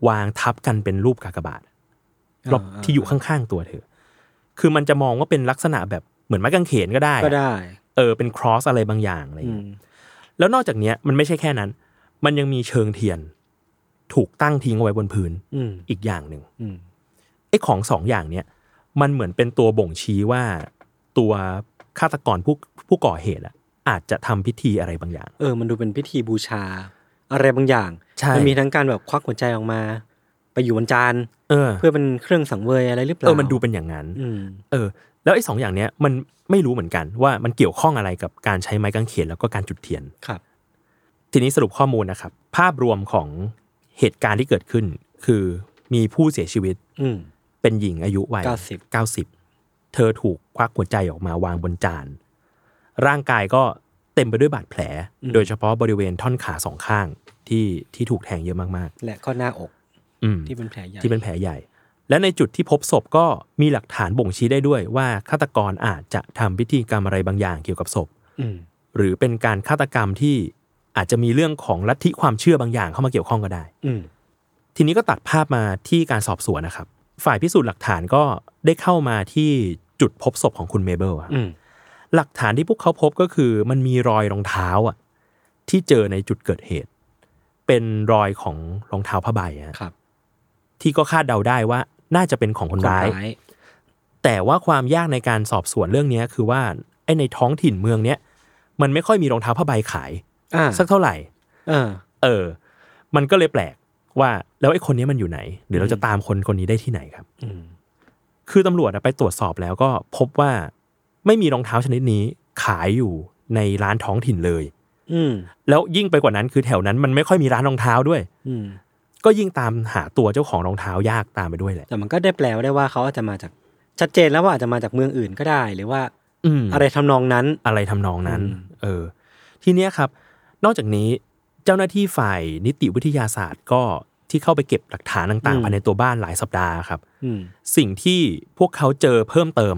S4: วางทับกันเป็นรูปกากบาทรอบ
S2: อ่า
S4: ที่อยู่ข้างๆตัวเธอ คือมันจะมองว่าเป็นลักษณะแบบเหมือนไม้กางเขนก็ได้
S2: ก็
S4: อะ
S2: ได้
S4: เออเป็นครอสอะไรบางอย่างอะไรอ
S2: อื
S4: ย่างเงี้ย
S2: ม
S4: แล้วนอกจากเนี้ยมันไม่ใช่แค่นั้น มันยังมีเชิงเทียน ถูกตั้งทิ้งเอาไว้บนพื้น
S2: อืม
S4: อีกอย่างหนึ่ง
S2: อืม
S4: ไอ้ของสองอย่างเนี่ยมันเหมือนเป็นตัวบ่งชี้ว่าตัวฆาตกรผู้ผู้ก่อเหตุอะอาจจะทำพิธีอะไรบางอย่าง
S2: เออ มันดูเป็นพิธีบูชา อะไรบางอย่าง
S4: ใช่
S2: มัมีทั้งการแบบควักหัวใจออกมา ไปอยู่บนจาน
S4: เออ
S2: เพื่อเป็นเครื่องสังเวยอะไรหรือเปล่า
S4: เออมันดูเป็นอย่างนั้น
S2: อืม
S4: เออ แล้วไอ้สองอย่างเนี้ยมันไม่รู้เหมือนกันว่ามันเกี่ยวข้องอะไรกับการใช้ไม้กางเขนแล้วก็การจุดเทียน
S2: ครับ
S4: ทีนี้สรุปข้อมูลนะครับ ภาพรวมของเหตุการณ์ที่เกิดขึ้น คือมีผู้เสียชีวิต
S2: อืม
S4: เป็นหญิงอายุวัย
S2: เก้าสิบ
S4: 90 เธอถูกควักหัวใจออกมาวางบนจาน ร่างกายก็เต็มไปด้วยบาดแผล
S2: อืม
S4: โดยเฉพาะบริเวณท่อนขาสองข้างที่ที่ถูกแทงเยอะมาก
S2: และก็หน้าอก
S4: ๆ อืม
S2: ที่เป็นแผลใหญ่
S4: ที่เป็นแผลใหญ่ และในจุดที่พบศพก็มีหลักฐานบ่งชี้ได้ด้วยว่าฆาตกรอาจจะทำพิธีกรรมอะไรบางอย่างเกี่ยวกับศพ
S2: อืม
S4: หรือเป็นการฆาตกรรมที่อาจจะมีเรื่องของลัทธิความเชื่อบางอย่างเข้ามาเกี่ยวข้องก็ได้
S2: อืม
S4: ทีนี้ก็ตัดภาพมาที่การสอบสวนนะครับ ฝ่ายพิสูจน์หลักฐานก็ได้เข้ามาที่จุดพบศพของคุณเมเบิลอะ
S2: อืม
S4: หลักฐานที่พวกเขาพบก็คือมันมีรอยรองเท้าอ่ะที่เจอในจุดเกิดเหตุ เป็นรอยของรองเท้าผ้าใบอะ
S2: ครับ
S4: ที่ก็คาดเดาได้ว่าน่าจะเป็นของคนร้าย
S2: คน
S4: แต่ว่าความยากในการสอบสวนเรื่องเนี้ยคือว่าไอ้ในท้องถิ่นเมืองเนี้ยมันไม่ค่อยมีรองเท้าผ้าใบขาย
S2: อ่า
S4: สักเท่าไหร่
S2: อ่า
S4: เออ มันก็เลยแปลกว่าแล้วไอ้คนนี้มันอยู่ไหนหรือเรา
S2: อืม
S4: จะตามคนคนนี้ได้ที่ไหนครับ
S2: อืม
S4: คือตำรวจอะไปตรวจสอบแล้วก็พบว่าไม่มีรองเท้าชนิดนี้ขายอยู่ในร้านท้องถิ่นเลย
S2: อืม
S4: แล้วยิ่งไปกว่านั้นคือแถวนั้นมันไม่ค่อยมีร้านรองเท้าด้วย
S2: อืม
S4: ก็ยิ่งตามหาตัวเจ้าของรองเท้ายากตามไปด้วยแหละ
S2: แต่มันก็ได้แปลว่าได้ว่าเขาอาจจะมาจาก ชัดเจนแล้วว่าอาจจะมาจากเมืองอื่นก็ได้ หรือว่า
S4: อืม
S2: อะไรทำนองนั้น
S4: อะไรทำนองนั้น
S2: อืม
S4: เออ ทีเนี้ยครับ นอกจากนี้เจ้าหน้าที่ฝ่ายนิติวิทยาศาสตร์ก็ที่เข้าไปเก็บหลักฐานต่างๆภายในตัวบ้านหลายสัปดาห์ครับ
S2: อืม
S4: สิ่งที่พวกเขาเจอเพิ่มเติม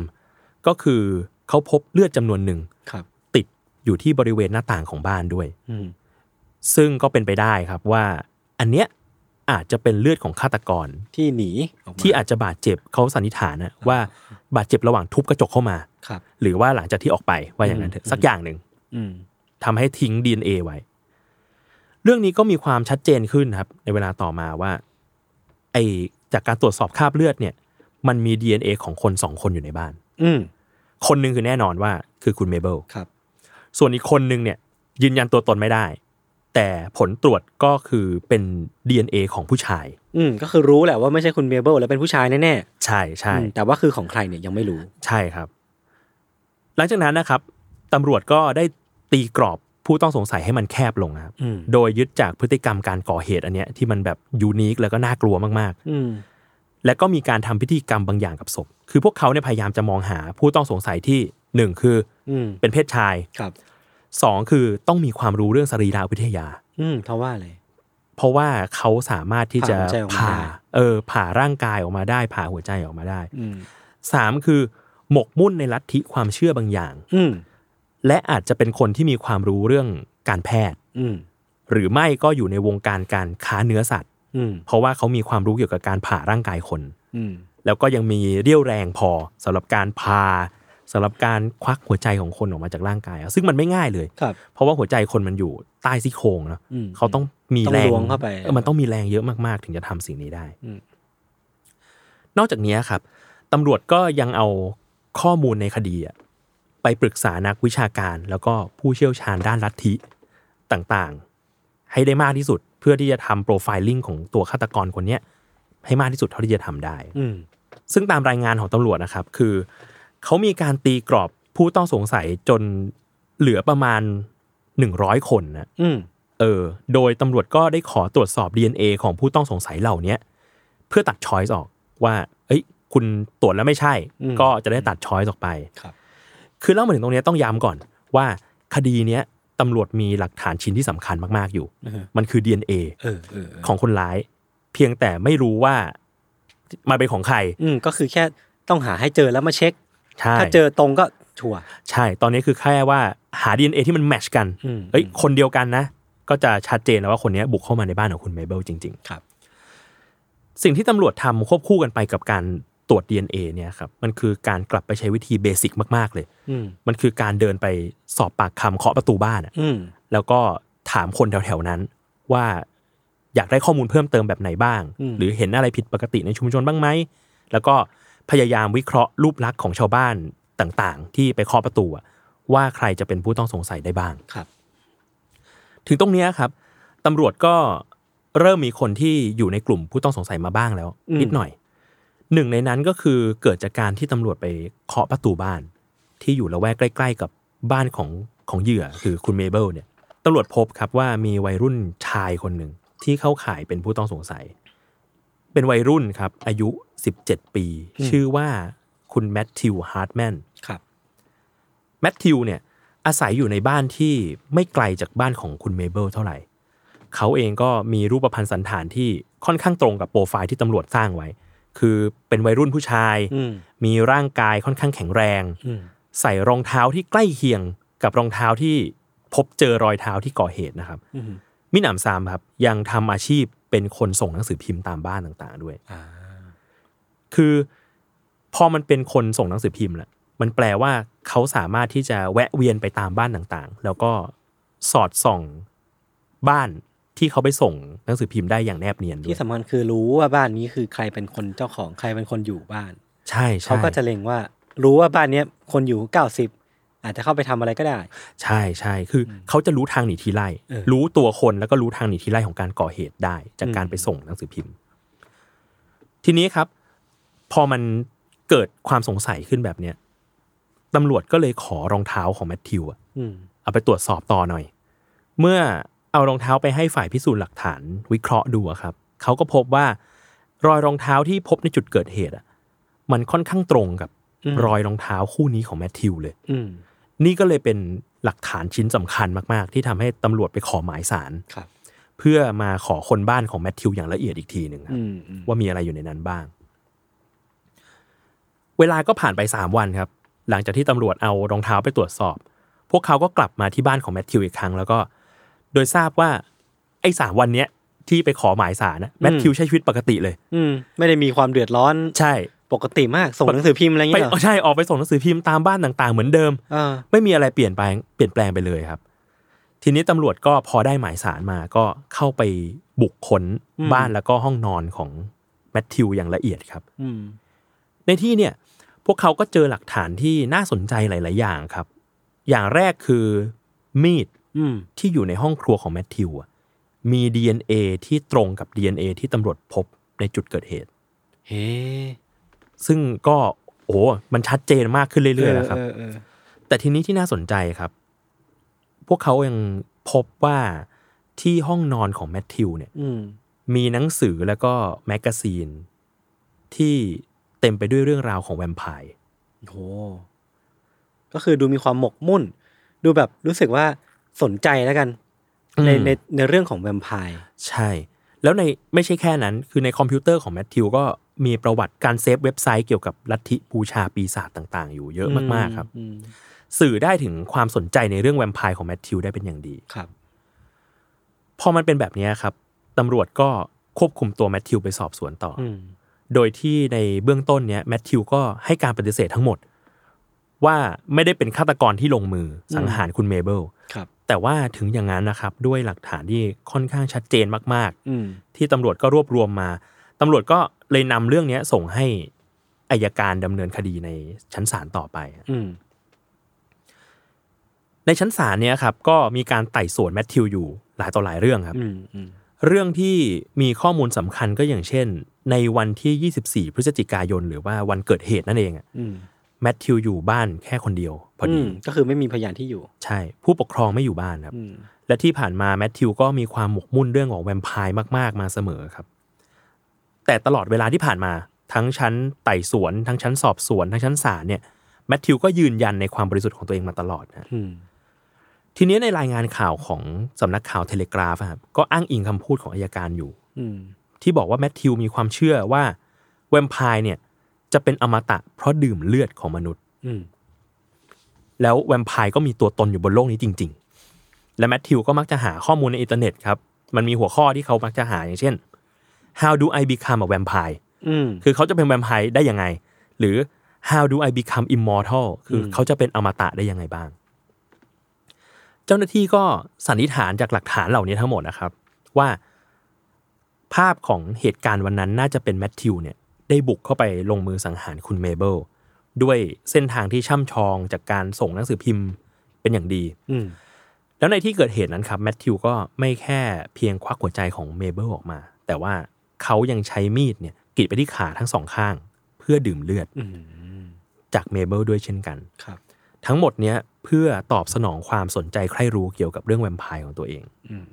S4: ก็คือเขาพบเลือดจำนวนหนึ่ง
S2: ครับ
S4: ติดอยู่ที่บริเวณหน้าต่างของบ้านด้วย
S2: อืม
S4: ซึ่งก็เป็นไปได้ครับว่า อันเนี้ยอาจจะเป็นเลือดของฆาตกร
S2: ที่หนีออกมา
S4: ที่อาจจะบาดเจ็บเขาสันนิษฐานนะว่าบาดเจ็บระหว่างทุบกระจกเข้ามา
S2: ครับ
S4: หรือว่าหลังจากที่ออกไปว่าอย่างนั้นเถอะสักอย่างหนึ่ง
S2: อืม
S4: ทำให้ทิ้ง DNA ไว้ เรื่องนี้ก็มีความชัดเจนขึ้นครับ ในเวลาต่อมาว่า ไอจากการตรวจสอบคราบเลือดเนี่ย มันมี DNA ของคนสองคนอยู่ในบ้าน
S2: อืม
S4: คนหนึ่งคือแน่นอนว่าคือคุณเมเบิล
S2: ครับ
S4: ส่วนอีกคนหนึ่งเนี่ย ยืนยันตัวตนไม่ได้ แต่ผลตรวจก็คือเป็น DNA ของผู้ชาย
S2: อืม ก็คือรู้แหละว่าไม่ใช่คุณเมเบิลแล้วเป็นผู้ชายแน่
S4: ใช่
S2: ๆ
S4: ใช่
S2: อืมแต่ว่าคือของใครเนี่ยยังไม่รู้
S4: ใช่ครับ หลังจากนั้นนะครับตำรวจก็ได้ตีกรอบผู้ต้องสงสัยให้มันแคบลงนะครับ
S2: อืม
S4: โดยยึดจากพฤติกรรมการก่อเหตุอันเนี้ยที่มันแบบยูนิคแล้วก็น่ากลัวมาก
S2: อืม
S4: ๆ และก็มีการทำพิธีกรรมบางอย่างกับศพ คือพวกเขาเนี่ยพยายามจะมองหาผู้ต้องสงสัยที่หนึ่งคือ
S2: อืม
S4: เป็นเพศชาย
S2: ครับ
S4: สองคือต้องมีความรู้เรื่องสรีระวิทยา
S2: อืมเพราะว่าอะไร
S4: เพราะว่าเขาสามารถที่จะ
S2: ผ่าหัวใจออกมา
S4: ผ่า
S2: ได้
S4: เออผ่าร่างกายออกมาได้ ผ่าหัวใจออกมาได้
S2: อืม
S4: สามคือหมกมุ่นในลัทธิความเชื่อบางอย่าง
S2: อืม
S4: และอาจจะเป็นคนที่มีความรู้เรื่องการแพทย์
S2: อืม
S4: หรือไม่ก็อยู่ในวงการการค้าเนื้อสัตว์
S2: อืม
S4: เพราะว่าเขามีความรู้เกี่ยวกับการผ่าร่างกายคน
S2: อืม
S4: แล้วก็ยังมีเรี่ยวแรงพอสำหรับการพาสำหรับการควักหัวใจของคนออกมาจากร่างกายอะซึ่งมันไม่ง่ายเลย
S2: ครับ
S4: เพราะว่าหัวใจคนมันอยู่ใต้ซี่โครงเนอะ
S2: อืม
S4: เขาต้องมี
S2: ต้อง
S4: แรง
S2: ล้วงเข้าไป
S4: ออมันต้องมีแรงเยอะมากๆ ถึงจะทำสิ่งนี้ได้
S2: อืม
S4: นอกจากนี้ครับตำรวจก็ยังเอาข้อมูลในคดีอะไปปรึกษานักวิชาการ แล้วก็ผู้เชี่ยวชาญด้านลัทธิต่างๆ ให้ได้มากที่สุด เพื่อที่จะทำโปรไฟลิงของตัวฆาตกรคนเนี้ยให้มากที่สุดเท่าที่จะทำได้
S2: อืม
S4: ซึ่งตามรายงานของตำรวจนะครับ คือเขามีการตีกรอบผู้ต้องสงสัยจนเหลือประมาณ 100 คนนะ
S2: อืม
S4: เออ โดยตำรวจก็ได้ขอตรวจสอบ DNA ของผู้ต้องสงสัยเหล่าเนี้ยเพื่อตัดช้อยส์ออกว่า เอ้ย คุณตรวจแล้วไม่ใช่
S2: อืม
S4: ก็จะได้ตัดช้อยส์ออกไป
S2: ครับ
S4: คือเล่ามาถึงตรงเนี้ยต้องย้ำก่อนว่าคดีเนี้ยตำรวจมีหลักฐานชิ้นที่สำคัญมากๆอยู่ มันคือ DNA
S2: เออเออเออ
S4: ของคนร้าย เพียงแต่ไม่รู้ว่ามันเป็นของใคร
S2: อืมก็คือแค่ต้องหาให้เจอแล้วมาเช็ค
S4: ใช่
S2: ถ้าเจอตรงก็ชัวร์
S4: ใช่ ตอนนี้คือแค่ว่าหา DNA ที่มันแมทชกัน
S2: อืม
S4: เอ้ยคนเดียวกันนะ ก็จะชัดเจนแล้วว่าคนเนี้ยบุกเข้ามาในบ้านของคุณเมเบลจริงๆ
S2: ครับ
S4: สิ่งที่ตำรวจทำควบคู่กันไปกับการตรวจ DNA เนี่ยครับมันคือการกลับไปใช้วิธีเบสิกมากๆเลย
S2: อืม
S4: มันคือการเดินไปสอบปากคำเคาะประตูบ้านอะ
S2: อืม
S4: แล้วก็ถามคนแถวๆนั้นว่าอยากได้ข้อมูลเพิ่มเติมแบบไหนบ้าง หรือเห็นอะไรผิดปกติในชุมชนบ้างไหม แล้วก็พยายามวิเคราะห์รูปลักษณ์ของชาวบ้านต่างๆ ที่ไปเคาะประตูอะว่าใครจะเป็นผู้ต้องสงสัยได้บ้าง
S2: ครับ
S4: ถึงตรงเนี้ยครับตำรวจก็เริ่มมีคนที่อยู่ในกลุ่มผู้ต้องสงสัยมาบ้างแล้ว
S2: อืม
S4: นิดหน่อย หนึ่งในนั้นก็คือเกิดจากการที่ตำรวจไปเคาะประตูบ้าน ที่อยู่ละแวกใกล้ ๆ กับบ้านของของเหยื่อคือคุณเมเบิลเนี่ยตำรวจพบครับว่ามีวัยรุ่นชายคนหนึ่งที่เข้าข่ายเป็นผู้ต้องสงสัย เป็นวัยรุ่นครับ อายุ 17 ปี ชื่อว่าคุณแมทธิวฮาร์ดแมน
S2: ครับ
S4: แมทธิวเนี่ยอาศัยอยู่ในบ้านที่ไม่ไกลจากบ้านของคุณเมเบิลเท่าไหร่ เขาเองก็มีรูปพรรณสันฐานที่ค่อนข้างตรงกับโปรไฟล์ที่ตำรวจสร้างไว้ คือเป็นวัยรุ่นผู้ชาย
S2: อืม
S4: มีร่างกายค่อนข้างแข็งแรง
S2: อืม
S4: ใส่รองเท้าที่ใกล้เคียงกับรองเท้าที่พบเจอรอยเท้าที่ก่อเหตุนะครับ
S2: อืม
S4: มิหนำซามครับยังทำอาชีพเป็นคนส่งหนังสือพิมพ์ตามบ้านต่างๆด้วย
S2: อ่า
S4: คือพอมันเป็นคนส่งหนังสือพิมพ์แหละมันแปลว่าเขาสามารถที่จะแวะเวียนไปตามบ้านต่างๆ แล้วก็สอดส่องบ้านที่เขาไปส่งหนังสือพิมพ์ได้อย่างแนบเนียนด้ว
S2: ที่
S4: ย
S2: สำคัญคือรู้ว่าบ้านนี้คือใครเป็นคนเจ้าของใครเป็นคนอยู่บ้าน
S4: ใช่ใช่
S2: เขาก็จะเล็งว่ารู้ว่าบ้านเนี้ยคนอยู่เก้าสิบอาจจะเข้าไปทำอะไรก็ได้
S4: ใช่ใช่คืออเขาจะรู้ทางหนีทีไล่
S2: เออ
S4: รู้ตัวคนแล้วก็รู้ทางหนีทีไล่ของการก่อเหตุได้ จากการไปส่งหนังสือพิมพ์ ทีนี้ครับ พอมันเกิดความสงสัยขึ้นแบบเนี้ยตำรวจก็เลยขอรองเท้าของแมทธิวอะ
S2: อืม
S4: เอาไปตรวจสอบต่อหน่อย เมื่อเอารองเท้าไปให้ฝ่ายพิสูจน์หลักฐานวิเคราะห์ดูอะครับ เขาก็พบว่ารอยรองเท้าที่พบในจุดเกิดเหตุอะมันค่อนข้างตรงกับ
S2: อืม
S4: รอยรองเท้าคู่นี้ของแมทธิวเลย
S2: อืม
S4: นี่ก็เลยเป็นหลักฐานชิ้นสำคัญมากๆ ที่ทำให้ตำรวจไปขอหมายสาร
S2: ครับ
S4: เพื่อมาขอคนบ้านของแมทธิวอย่างละเอียดอีกทีหนึ่งครับ
S2: อืมอืม
S4: ว่ามีอะไรอยู่ในนั้นบ้าง เวลาก็ผ่านไปสามวันครับ หลังจากที่ตำรวจเอารองเท้าไปตรวจสอบ พวกเขาก็กลับมาที่บ้านของแมทธิวอีกครั้ง แล้วก็ โดยทราบว่า ไอ้สามวันเนี้ยที่ไปขอหมายสารนะแมทธิวใช้ชีวิตปกติเลย
S2: อืมไม่ได้มีความเดือดร้อน
S4: ใช่
S2: ปกติมากส่งหนังสือพิมพ์อะไรอย่าง
S4: ไป
S2: เงี้ยเหรอ
S4: ใช่ออกไปส่งหนังสือพิมพ์ตามบ้านต่าง ๆ เหมือนเดิม
S2: อ่า
S4: ไม่มีอะไรเปลี่ยนไปเปลี่ยนแปลงไปเลยครับ ทีนี้ตำรวจก็พอได้หมายสารมาก็เข้าไปบุกค้นบ้านแล้วก็ห้องนอนของแมทธิวอย่างละเอียดครับ
S2: อืม
S4: ในที่เนี่ยพวกเขาก็เจอหลักฐานที่น่าสนใจหลาย ๆ อย่างครับ อย่างแรกคือมีด
S2: อืม
S4: ที่อยู่ในห้องครัวของแมทธิวอะมี DNA ที่ตรงกับ DNA ที่ตำรวจพบในจุดเกิดเหตุ
S2: เฮ้
S4: ซึ่งก็โอ้โหมันชัดเจนมากขึ้นเรื่อย ๆ นะครับ
S2: เออเออ
S4: แต่ทีนี้ที่น่าสนใจครับ พวกเขายังพบว่าที่ห้องนอนของแมทธิวเนี่ย
S2: อืม
S4: มีหนังสือแล้วก็แมกกาซีน ที่เต็มไปด้วยเรื่องราวของแวมไพร์
S2: โห ก็คือดูมีความหมกมุ่น ดูแบบรู้สึกว่าสนใจแล้วกัน
S4: อืม
S2: ในในในเรื่องของแวมไพร์
S4: ใช่ แล้วในไม่ใช่แค่นั้น คือในคอมพิวเตอร์ของแมทธิวก็มีประวัติการเซฟเว็บไซต์เกี่ยวกับลัทธิบูชาปีศาจต่างๆ อยู่เยอะมากๆครับ
S2: อืม
S4: สื่อได้ถึงความสนใจในเรื่องแวมไพร์ของแมทธิวได้เป็นอย่างดี
S2: ครับ
S4: พอมันเป็นแบบเนี้ยครับตำรวจก็ควบคุมตัวแมทธิวไปสอบสวนต่ออ
S2: อืม
S4: โดยที่ในเบื้องต้นเนี้ยแมทธิวก็ให้การปฏิเสธทั้งหมด ว่าไม่ได้เป็นฆาตกรที่ลงมือสังหารคุณเมเบิล
S2: ครับ
S4: แต่ว่าถึงอย่างนั้นนะครับด้วยหลักฐานที่ค่อนข้างชัดเจนมากๆ
S2: อืม
S4: ที่ตำรวจก็รวบรวมมา ตำรวจก็เลยนำเรื่องเนี้ยส่งให้อายการดำเนินคดีในชั้นศาลต่อไป
S2: อืม
S4: ในชั้นศาลเนี้ยครับก็มีการไต่สวนแมทธิวอยู่หลายต่อหลายเรื่องครับ
S2: อืมอืม
S4: เรื่องที่มีข้อมูลสำคัญก็อย่างเช่น ในวันที่ 24 พฤศจิกายน หรือว่าวันเกิดเหตุนั่นเองอะ
S2: อืม
S4: แมทธิวอยู่บ้านแค่คนเดียวพอดี
S2: มก็คือไม่มีพยานที่อยู่
S4: ใช่ ผู้ปกครองไม่อยู่บ้านครับ
S2: อืม
S4: และที่ผ่านมาแมทธิวก็มีความหมกมุ่นเรื่องของแวมไพร์มาก ๆ มาเสมอครับ แต่ตลอดเวลาที่ผ่านมาทั้งชั้นไต่สวน ทั้งชั้นสอบสวน ทั้งชั้นศาลเนี่ยแมทธิวก็ยืนยันในความบริสุทธิ์ของตัวเองมาตลอดนะ
S2: อืม
S4: ทีนี้ในรายงานข่าวของสำนักข่าวเทเลกราฟอะครับก็อ้างอิงคำพูดของอายการอยู่
S2: อืม
S4: ที่บอกว่าแมทธิวมีความเชื่อว่าแวมไพร์เนี่ยจะเป็นอมตะเพราะดื่มเลือดของมนุษย์
S2: อืม
S4: แล้วแวมไพร์ก็มีตัวตนอยู่บนโลกนี้จริง ๆ และแมทธิวก็มักจะหาข้อมูลในอินเทอร์เน็ตครับ มันมีหัวข้อที่เขามักจะหาอย่างเช่น how do I become a vampire
S2: อืม
S4: คือเขาจะเป็นแวมไพร์ได้ยังไง หรือ how do I become immortal คือเขาจะเป็นอมตะได้ยังไงบ้าง เจ้าหน้าที่ก็สันนิษฐานจากหลักฐานเหล่านี้ทั้งหมดนะครับ ว่าภาพของเหตุการณ์วันนั้นน่าจะเป็นแมทธิวเนี่ยได้บุกเข้าไปลงมือสังหารคุณเมเบลด้วยเส้นทางที่ช่ำชองจากการส่งหนังสือพิมพ์เป็นอย่างดี
S2: อืม
S4: แล้วในที่เกิดเหตุนั้นครับแมทธิวก็ไม่แค่เพียงควักหัวใจของเมเบิลออกมา แต่ว่าเขายังใช้มีดเนี่ยกรีดไปที่ขาทั้งสองข้าง เพื่อดื่มเลือด
S2: อืม
S4: จากเมเบิลด้วยเช่นกัน
S2: ครับ
S4: ทั้งหมดเนี้ยเพื่อตอบสนองความสนใจใคร่รู้เกี่ยวกับเรื่องแวมไพร์ของตัวเอง
S2: อืม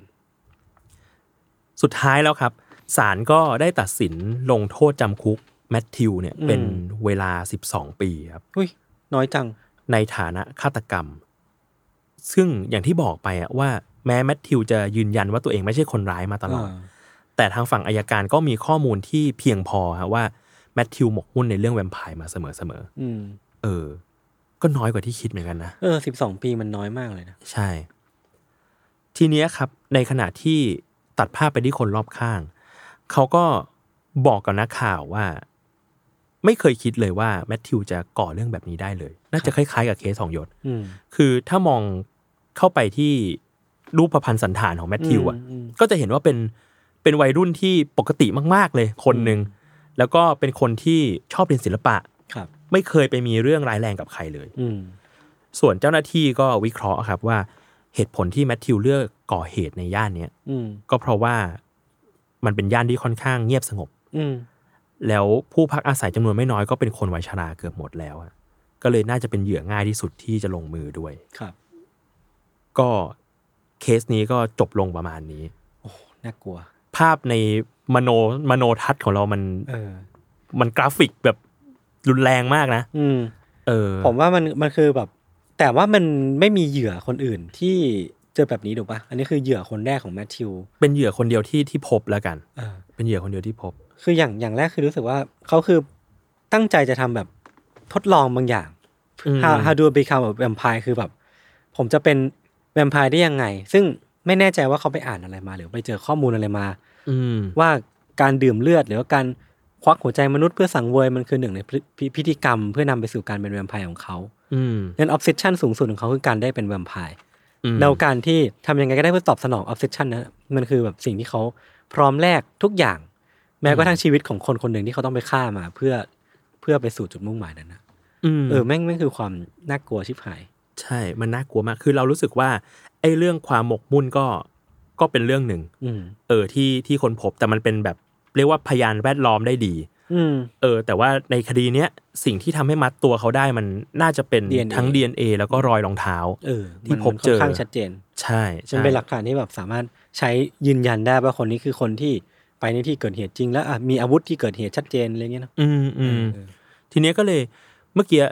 S4: สุดท้ายแล้วครับศาลก็ได้ตัดสินลงโทษจำคุกแมทธิวเนี่ย
S2: อืม
S4: เป็นเวลา 12 ปีครับ
S2: อุ้ยน้อยจัง
S4: ในฐานะฆาตกรรม ซึ่งอย่างที่บอกไปอะว่าแม้แมทธิวจะยืนยันว่าตัวเองไม่ใช่คนร้ายมาตลอด
S2: อ่า
S4: แต่ทางฝั่งอายการก็มีข้อมูลที่เพียงพอฮะว่าแมทธิวหมกมุ่นในเรื่องแวมไพร์มาเสมอ
S2: อืม
S4: ๆเออ ก็น้อยกว่าที่คิดเหมือนกันนะ
S2: เออสิบสองปีมันน้อยมากเลยนะ
S4: ใช่ ทีเนี้ยครับ ในขณะที่ตัดภาพไปที่คนรอบข้าง เขาก็บอกกับนักข่าวว่า ไม่เคยคิดเลยว่าแมทธิวจะก่อเรื่องแบบนี้ได้เลย น่าจะคล้ายๆกับเคสของยศ
S2: อืม
S4: คือถ้ามองเข้าไปที่รูปพันธ์สันฐานของแมทธิวอ่ะ
S2: มม
S4: ก็จะเห็นว่าเป็นเป็นวัยรุ่นที่ปกติมาก ๆ เลยคนหนึ่ง แล้วก็เป็นคนที่ชอบเรียนศิลปะ
S2: ครับ
S4: ไม่เคยไปมีเรื่องร้ายแรงกับใครเลย
S2: อืม
S4: ส่วนเจ้าหน้าที่ก็วิเคราะห์ครับว่าเหตุผลที่แมทธิวเลือกก่อเหตุในย่านเนี้ย
S2: อืม
S4: ก็เพราะว่ามันเป็นย่านที่ค่อนข้างเงียบสงบ
S2: อืม
S4: แล้วผู้พักอาศัยจำนวนไม่น้อยก็เป็นคนวัยชราเกือบหมดแล้วอะก็เลยน่าจะเป็นเหยื่อง่ายที่สุดที่จะลงมือด้วย
S2: ครับ
S4: ก็เคสนี้ก็จบลงประมาณนี้
S2: น่ากลัว
S4: ภาพในมโนมโนทัศน์ของเรามัน
S2: เออ
S4: มันกราฟิกแบบรุนแรงมากนะ
S2: อืม
S4: เออ
S2: ผมว่ามันมันคือแบบ แต่ว่ามันไม่มีเหยื่อคนอื่นที่เจอแบบนี้ถูกปะอันนี้คือเหยื่อคนแรกของแมทธิว
S4: เป็นเหยื่อคนเดียวที่ที่พบแล้วกัน
S2: เออ
S4: เป็นเหยื่อคนเดียวที่พบ
S2: คืออย่างอย่างแรกคือรู้สึกว่าเขาคือตั้งใจจะทำแบบทดลองบางอย่าง
S4: อืม
S2: how how do I become a vampire คือแบบ ผมจะเป็นแวมไพร์ได้ยังไง ซึ่งไม่แน่ใจว่าเขาไปอ่านอะไรมา หรือไปเจอข้อมูลอะไรมา
S4: อืม
S2: ว่าการดื่มเลือด หรือว่าการควักหัวใจมนุษย์เพื่อสังเวยมันคือหนึ่งในพิพิพิธีกรรม เพื่อนำไปสู่การเป็นแวมไพร์ของเขา
S4: อืม
S2: ดังนั้น obsession สูงสุดของเขาคือการได้เป็นแวมไพร์
S4: อืม
S2: แล้วการที่ทำยังไงก็ได้เพื่อตอบสนองออฟเซชันนะมันคือแบบสิ่งที่เขาพร้อมแลกทุกอย่าง แม้กระทั่งชีวิตของคนคนหนึ่งที่เขาต้องไปฆ่ามา เพื่อเพื่อไปสู่จุดมุ่งหมายนั้นนะ
S4: อืม
S2: เออแม่งแม่งคือความน่ากลัวชิบหาย
S4: ใช่มันน่ากลัวมาก คือเรารู้สึกว่าไอ้เรื่องความหมกมุ่นก็ก็เป็นเรื่องหนึ่ง
S2: อืม
S4: เออที่ที่คนพบแต่มันเป็นแบบเรียกว่าพยานแวดล้อมได้ดี
S2: อืม
S4: เออ แต่ว่าในคดีเนี้ยสิ่งที่ทำให้มัดตัวเขาได้มันน่าจะเป็น
S2: DNA
S4: ทั้ง DNA แล้วก็รอยรองเท้า
S2: เออ
S4: ที่
S2: มัน
S4: พบเจอ
S2: มันค่นข้างชัดเจน
S4: ใช่ใช่
S2: มันเป็นหลักฐานที่แบบสามารถใช้ยืนยันได้ว่าคนนี้คือคนที่ไปในที่เกิดเหตุจริง แล้วอ่ะมีอาวุธที่เกิดเหตุชัดเจนอะไรเงี้ยเนอะ
S4: อืมอืม
S2: เออ
S4: ทีเนี้ยก็เลยเมื่อกี้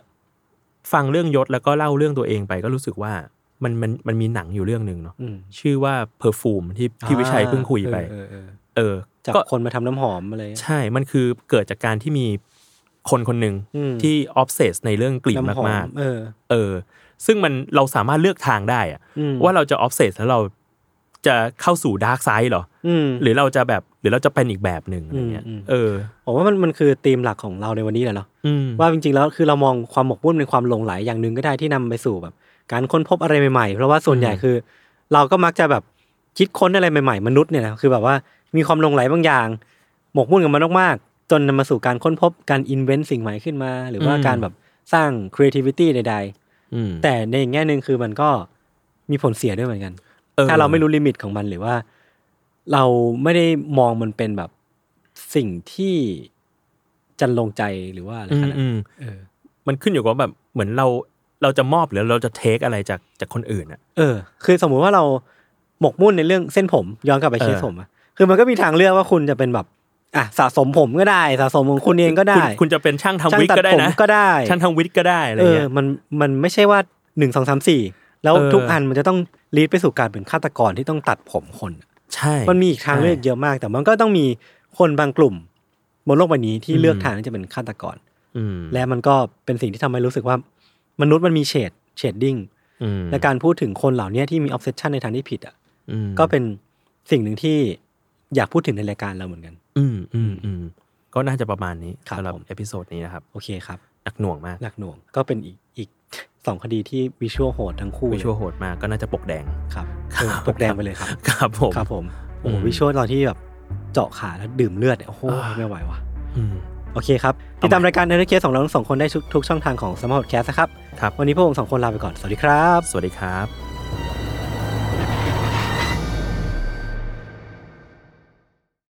S4: ฟังเรื่องยศแล้วก็เล่าเรื่องตัวเองไปก็รู้สึกว่ามันมันมันมีหนังอยู่เรื่องหนึ่งเนาะ
S2: อืม
S4: ชื่อว่า perfume ที่ที่วิชัยเพิ่งคุยไป
S2: เออเออเออ
S4: เออ
S2: จาก
S4: ก็
S2: คนมาทำน้ำหอมอะไร
S4: ใช่ มันคือเกิดจากการที่มีคนคนหนึ่ง
S2: อืม
S4: ที่ออฟเซสในเรื่องกลิ่น
S2: น้ำหอ
S4: มาก
S2: เออ
S4: ๆ เออ ซึ่งมันเราสามารถเลือกทางได้อะ
S2: อืม
S4: ว่าเราจะออฟเซสแล้วเราจะเข้าสู่ดาร์กไซด์หรอ
S2: อืม
S4: หรือเราจะแบบหรือเราจะเป็นอีกแบบหนึ่งอะไรเงี้ย
S2: อืมอืม
S4: เออ
S2: ผมว่ามันมันคือธีมหลักของเราในวันนี้แหละเนาะ
S4: อืม
S2: ว่าจริงๆแล้วคือเรามองความหมกมุ่นเป็นความหลงไหลอย่างหนึ่งก็ได้ที่นำไปสู่แบบ การค้นพบอะไรใหม่ๆ เพราะว่าส่วนใหญ่คือ เราก็มักจะแบบคิดค้นอะไรใหม่ๆ มนุษย์เนี่ยนะคือแบบว่ามีความหลงไหลบางอย่าง หมกมุ่นกับมันมากๆจนนำมาสู่การค้นพบการอินเวนต์สิ่งใหม่ขึ้นมา หรือว่าการแบบสร้าง creativity ใด
S4: อืม
S2: ๆ แต่ในอีกแง่หนึ่งคือมันก็มีผลเสียด้วยเหมือนกัน
S4: ออ
S2: ถ้าเราไม่รู้ลิมิตของมันหรือว่า เราไม่ได้มองมันเป็นแบบสิ่งที่จันลงใจหรือว่าอะไร
S4: อื
S2: ข
S4: ม
S2: นาด
S4: อื
S2: นั้น
S4: ม
S2: เออ
S4: มันขึ้นอยู่กับว่าแบบเหมือนเราเราจะมอบหรือเราจะเทคอะไรจากจากคนอื่นอะ
S2: เออ คือสมมุติว่าเราหมกมุ่นในเรื่องเส้นผมย้อนกลับไป
S4: เออ
S2: เคสผมอะคือมันก็มีทางเลือกว่าคุณจะเป็นแบบอ่ะสะสมผมก็ได้ สะสมของคุณเองก็ได้
S4: คุณคุณจะเป็นช่างทำ
S2: ช่าง
S4: วิก
S2: ตัด
S4: ก็ได้
S2: ผม
S4: นะ
S2: ก็ได้
S4: ช่างทำวิกก็ได้อะไร
S2: เออ
S4: เงี้ย
S2: มันมันไม่ใช่ว่าหนึ่งสองสามสี่แล้ว
S4: เออ
S2: ทุกอันมันจะต้องลีดไปสู่การเป็นฆาตกรที่ต้องตัดผมคนอะ
S4: ใช่
S2: มันมีอีกทางเลือก
S4: ใช่
S2: เยอะมาก แต่มันก็ต้องมีคนบางกลุ่มบนโลกใบนี้ที่
S4: อืม
S2: เลือกทางที่จะเป็นฆาตกร
S4: อืม
S2: และมันก็เป็นสิ่งที่ทำให้รู้สึกว่ามนุษย์มันมีเฉดเฉดดิ้ง
S4: อืม
S2: และการพูดถึงคนเหล่านี้ที่มีออฟเซชันในทางที่ผิดอ่ะ
S4: อืม
S2: ก็เป็นสิ่งหนึ่งที่อยากพูดถึงในรายการเราเหมือนกัน
S4: อืมอืมอืมก็น่าจะประมาณนี้
S2: ครับ
S4: สำหรับ
S2: ผม
S4: เอพิโซดนี้นะครับ
S2: โอเคครับ
S4: หนักหน่วงมาก
S2: หนักหน่วงก็เป็นอีกอีก สองคดีที่วิชวลโหดทั้งคู่
S4: วิชวลโหดมากก็น่าจะปกแดง
S2: ครับ
S4: ครับ
S2: เออปกแดงไปเลยครับ
S4: ครับผม
S2: ครับผมโอ้
S4: อืม
S2: วิชวลตอนที่แบบเจาะขาแล้วดื่มเลือดเนี่ยโอ้โห
S4: อ่า
S2: ไม่ไหวว่ะ
S4: อืม
S2: โอเคครับ ติดตามรายการเนรเคสของเราทั้งสองคนได้ทุกทุกช่องทางของสมาร์ทแคสครับ
S4: ครับ
S2: วันนี้พวกผมสองคนลาไปก่อน สวัสดีครับ
S4: สวัสดีครับ